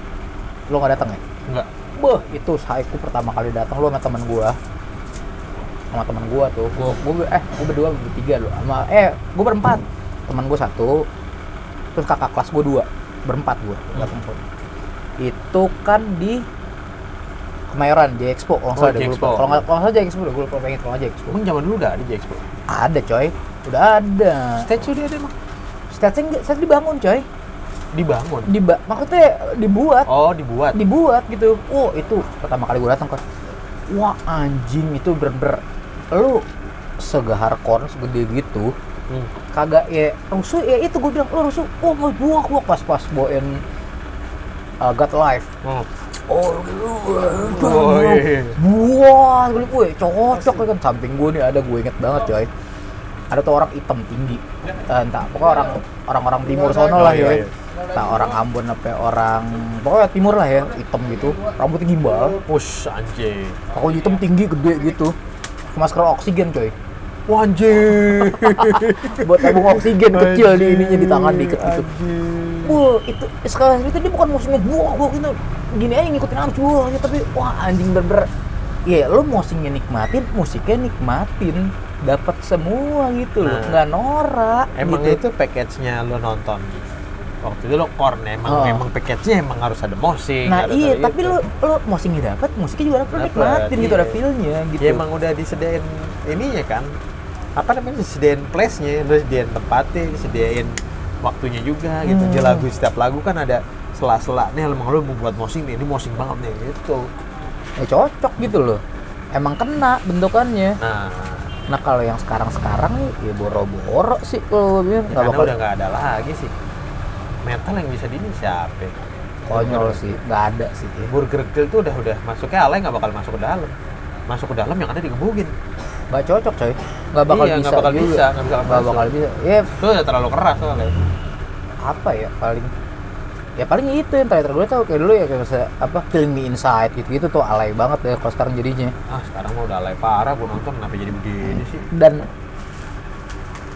A: Lo gak datang ya?
B: enggak
A: Beuh, itu haiku pertama kali datang lo sama temen gue sama temen gue tuh gue eh gue berdua bertiga lo sama eh gue berempat temen gue satu terus kakak kelas gue dua berempat gue
B: Hmm.
A: datang tuh. itu kan di Kemayoran J Expo kalau nggak
B: Oh,
A: salah deh,
B: J
A: gue lupa
B: Expo.
A: kalau nggak kalau nggak salah J Expo deh, gue lupa pengen kalau nggak J Expo
B: emang zaman dulu udah ada di Expo
A: ada coy udah ada
B: statue dia ada emang
A: stage nggak- stage dibangun coy
B: dibangun
A: Diba maksudnya dibuat
B: oh dibuat
A: dibuat gitu. Oh itu pertama kali gue datang kan. Wah anjing itu bener-bener lu segahar korn segede gitu
B: Hmm.
A: kagak ya rusuh ya itu gue bilang lu rusuh oh mau buah gua pas pas bawain uh, God Life
B: Hmm.
A: oh
B: Oh, iya.
A: buah gue gue cocok kan samping gue nih ada gue inget banget coy ada tuh orang hitam tinggi Eh, entah pokoknya orang orang orang timur sono lah
B: iya, iya.
A: ya entah orang Ambon apa orang pokoknya timur lah ya hitam gitu rambutnya gimbal
B: push anjing
A: Aku hitam tinggi gede gitu. Masker oksigen coy.
B: Wah, anjing
A: Buat tabung oksigen kecil di ininya di tangan dikit gitu.
B: Anjing.
A: Wah, itu sekarang itu dia bukan musuhnya gua, gua gitu. Gini aja ngikutin arus gua gitu, tapi wah anjing berber. Iya, lo musiknya nikmatin, musiknya nikmatin, dapat semua gitu loh,
B: Nah.
A: nggak norak.
B: Emang
A: gitu.
B: itu package-nya lo nonton waktu itu lo korn emang
A: Oh.
B: emang package-nya emang harus ada mosing.
A: Nah
B: harus
A: iya,
B: ada itu.
A: tapi lo lo musiknya dapat, musiknya juga dapet, lo
B: Dapet,
A: nikmatin gitu
B: iya.
A: ada feelnya gitu.
B: ya emang udah disediain ininya kan apa namanya disediain place-nya, disediain tempatnya, disediain waktunya juga gitu. Di
A: Hmm.
B: lagu setiap lagu kan ada sela-sela nih emang lo mau buat mosing nih, ini mosing banget nih gitu.
A: Ya, cocok gitu loh. Emang kena bentukannya.
B: Nah,
A: Nah kalau yang sekarang-sekarang ya boro-boro sih kalau gue bilang
B: ya
A: nggak
B: karena
A: bakal
B: udah nggak ada lagi sih metal yang bisa di ini siapa? ya?
A: konyol sih, nggak ada sih.
B: Burger Kill tuh udah udah masuknya alay nggak bakal masuk ke dalam. Masuk ke dalam yang ada digebukin.
A: Nggak cocok coy, nggak bakal
B: Iya,
A: bisa.
B: nggak bakal
A: juga.
B: bisa, nggak bakal
A: Nggak
B: masuk.
A: bakal bisa. Ya
B: Itu udah terlalu keras soalnya.
A: apa ya paling ya paling itu yang terakhir gue tau kayak dulu ya kayak masa apa killing me inside gitu gitu tuh alay banget ya kalau sekarang jadinya
B: ah sekarang mah udah alay parah gue nonton kenapa jadi begini sih
A: dan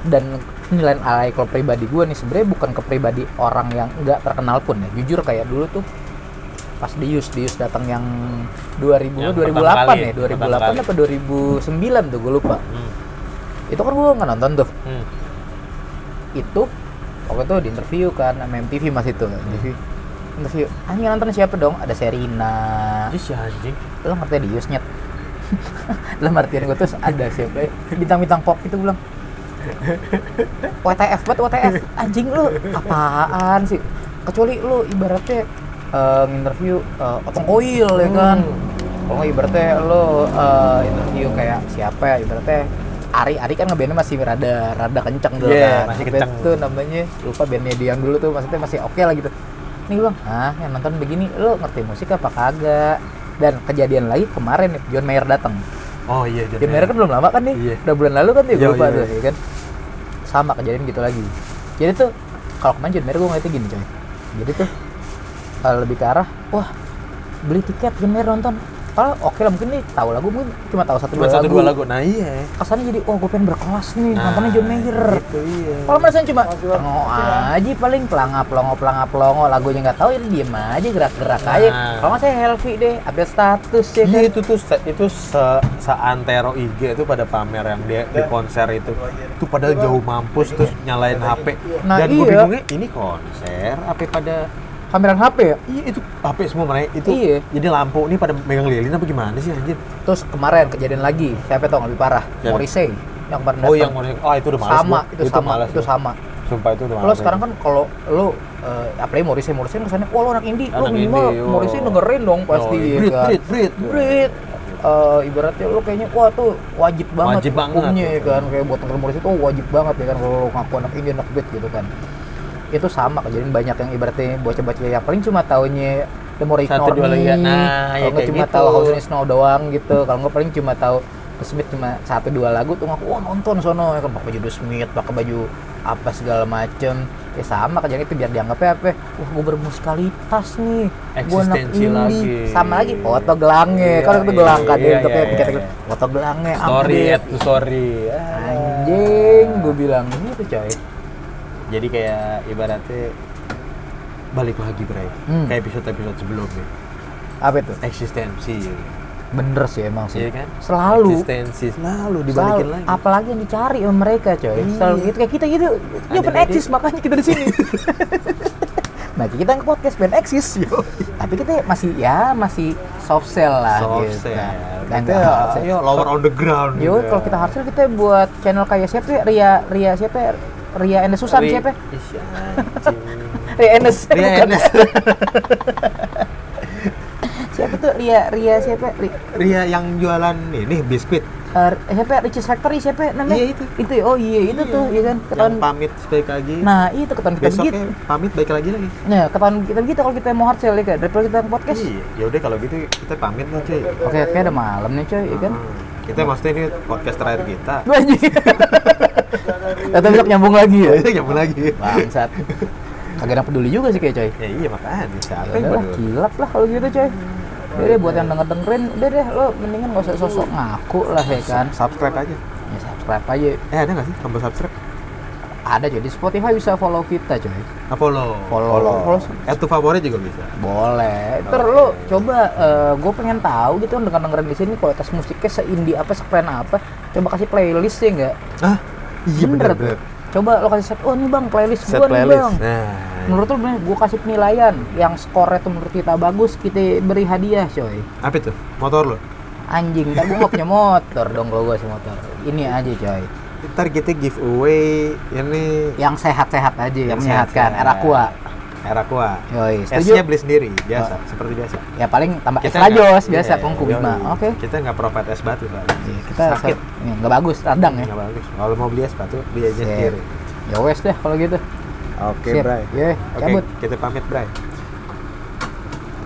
A: dan penilaian alay kalau pribadi gue nih sebenarnya bukan ke pribadi orang yang nggak terkenal pun ya jujur kayak dulu tuh pas dius dius datang yang 2000
B: Yang
A: 2008
B: pertama kali,
A: ya
B: pertama
A: 2008
B: kali.
A: apa 2009 tuh gue lupa
B: hmm.
A: itu kan gue nggak nonton tuh
B: Hmm.
A: itu waktu itu di interview kan sama MTV mas itu interview interview anjing yang nonton siapa dong ada Serina
B: Ih, si anjing
A: lo ngerti di Yusnyet dalam artian gue tuh ada siapa ya? bintang-bintang pop itu bilang WTF buat WTF anjing lu apaan sih kecuali lu ibaratnya eh, nginterview eh, otong koil ya kan
B: Hmm.
A: kalau nggak ibaratnya lu eh, interview kayak siapa ya ibaratnya Ari Ari kan ngebandnya masih rada rada kenceng dulu
B: Iya,
A: kan
B: masih
A: Band
B: kenceng.
A: tuh namanya lupa bandnya dia yang dulu tuh maksudnya masih oke lah gitu nih bang ah yang nonton begini lu ngerti musik apa kagak dan kejadian lagi kemarin nih John Mayer datang
B: oh iya John
A: John Mayer kan belum lama kan nih
B: Iya.
A: udah bulan lalu kan tuh
B: Iya,
A: gue lupa
B: iya,
A: tuh
B: iya.
A: ya kan sama kejadian gitu lagi jadi tuh kalau kemarin John Mayer gue ngeliatnya gini coy jadi tuh eh, lebih ke arah wah beli tiket John Mayer nonton kalau oke lah mungkin nih tahu lagu mungkin cuma tahu satu
B: cuma
A: dua
B: satu
A: lagu.
B: dua lagu nah iya
A: kesannya jadi wah gue pengen berkelas nih
B: Nah,
A: nontonnya John Mayer
B: itu iya
A: kalau merasa cuma pelongo aja paling pelanga pelongo pelanga pelongo lagunya nggak tahu ya diem aja gerak-gerak aja.
B: Nah.
A: Kalau nggak saya healthy deh, update status ya
B: Iya
A: kan.
B: itu tuh se- itu se seantero IG itu pada pamer yang dia di konser itu. Itu padahal jauh mampus terus nyalain HP.
A: Nah,
B: Dan gue
A: iya.
B: bingungnya ini konser apa pada
A: Kameran HP ya.
B: Iya itu HP semua mereka itu.
A: Iya.
B: Jadi lampu ini pada megang lilin apa gimana sih anjir?
A: Terus kemarin kejadian lagi, siapa tau nggak lebih parah?
B: Siapa?
A: Morrissey yang kemarin
B: Oh
A: datang.
B: yang ngurusin oh itu udah males
A: sama,
B: gua.
A: itu, sama,
B: males
A: itu
B: gua.
A: sama.
B: Sumpah itu udah males.
A: Kalau sekarang kan kalau lo eh, apalagi Morrissey Morrissey kesannya, wah lo anak indie, lo
B: Anak
A: minimal
B: indie, yo.
A: Morrissey dengerin dong pasti
B: Yoi.
A: ya
B: Brit,
A: kan.
B: brit, brit.
A: Brit. Eh, ibaratnya lo kayaknya wah tuh wajib banget
B: Wajib banget.
A: hukumnya ya kan kayak buat denger Morrissey tuh wajib banget ya kan kalau lo ngaku anak indie anak beat gitu kan itu sama kejadian banyak yang ibaratnya bocah-bocah yang paling cuma taunya The More Ignore
B: Satu, dua,
A: Me,
B: tiga. Nah, ya
A: kalau nggak
B: kayak
A: cuma
B: gitu.
A: tahu House in Snow doang gitu kalau nggak paling cuma tahu The Smith cuma satu dua lagu tuh ngaku wah nonton sono ya kan pakai baju The Smith pakai baju apa segala macem ya sama kejadian itu biar dianggapnya apa ya, wah gue bermusikalitas nih gue anak
B: Eksistensi
A: indie
B: lagi.
A: sama lagi foto gelangnya
B: Iya,
A: kalau itu gelang kan
B: iya,
A: dia
B: iya,
A: tuh kayak
B: iya,
A: pikir-
B: iya.
A: foto gelangnya
B: Sorry,
A: update.
B: add to sorry. Ah.
A: anjing gue bilang gitu coy
B: Jadi kayak ibaratnya balik lagi Bray.
A: Hmm.
B: Kayak episode-episode sebelumnya.
A: apa itu
B: Eksistensi. ya.
A: bener sih emang sih
B: Iya kan?
A: Iya. selalu
B: eksistensi selalu dibalikin
A: Selalu-
B: lagi. Iya.
A: Apalagi yang dicari sama mereka, coy. Selalu gitu kayak kita gitu. Dia
B: Ada
A: band
B: lagi.
A: eksis makanya kita di sini. Makanya kita ke podcast band eksis. Tapi kita masih ya masih soft sell lah
B: Soft
A: gitu.
B: sell.
A: Dan
B: Kita
A: nggak hard sell.
B: ayo Iya. lower on the ground. gitu.
A: Yo,
B: juga.
A: kalau kita hard sell kita buat channel kayak siapa? ya? Ria Ria siapa? ya? Ria and the Susan
B: Ri-
A: siapa? ya?
B: Ish, anjing. nah,
A: Ria Enes.
B: Ria
A: bukan.
B: Enes.
A: siapa tuh Ria Ria siapa? ya? Ri-
B: Ria yang jualan ini biskuit
A: eh, siapa? ya? Riches Factory siapa ya namanya?
B: Iya, itu.
A: ya? Oh iya itu tuh, ya kan?
B: yang
A: Ketahuan.
B: pamit balik lagi.
A: Nah itu ketahuan kita begitu.
B: Besoknya pamit balik lagi lagi.
A: Nah, kapan kita gitu kalau kita mau hard sell ya kan? Daripada kita ke podcast.
B: Iya, ya udah kalau gitu kita pamit lah cuy.
A: Oke, kayak udah malam nih coy, ya kan?
B: Hmm, Kita maksudnya ini podcast terakhir kita.
A: Banyak. Atau besok nyambung lagi ya?
B: Kita nyambung lagi.
A: Bangsat. Kagak ada peduli juga sih kayak coy.
B: Ya iya makanya siapa yang
A: Udah lah,
B: peduli? Hmm.
A: kilap lah kalau gitu coy. Udah deh buat yang denger dengerin, udah deh lo mendingan gak usah sosok ngaku lah ya kan.
B: Subscribe aja.
A: Ya subscribe aja.
B: Eh ada nggak sih tombol subscribe?
A: Ada coy di Spotify bisa follow kita coy.
B: Ah, follow.
A: Follow.
B: Follow. Eh tuh favorit juga bisa.
A: Boleh. Ter lo coba gue pengen tahu gitu dengan dengerin di sini kualitas musiknya seindie apa, sekeren apa. Coba kasih playlist ya enggak?
B: Ah, iya bener,
A: tuh.
B: bener.
A: Coba lo kasih set, oh ini bang playlist
B: Set
A: gua nih
B: playlist.
A: bang.
B: Nah,
A: Menurut lo gue kasih penilaian yang skornya tuh menurut kita bagus, kita beri hadiah coy.
B: apa itu? Motor lo?
A: Anjing, ntar gue nggak punya motor dong kalau gue sih motor. Ini aja coy,
B: Ntar kita giveaway ini
A: yang sehat-sehat aja, yang,
B: sehat-sehat.
A: menyehatkan. Erakua,
B: Erakua.
A: coy.
B: Esnya
A: Setuju?
B: beli sendiri, biasa, seperti biasa.
A: Ya paling tambah es
B: nggak-
A: lajos biasa,
B: Iya,
A: kongku
B: yoi.
A: bima. Oke.
B: Kita nggak provide es batu, Pak.
A: Iya, Kita
B: sakit.
A: ini, nggak bagus, radang ya.
B: Nggak bagus. Kalau mau beli es batu, beli aja
A: Sip.
B: sendiri.
A: Ya wes deh kalau gitu.
B: Oke,
A: Sip.
B: Bray. Oke,
A: Yoi, Iya. cabut.
B: kita pamit, Bray.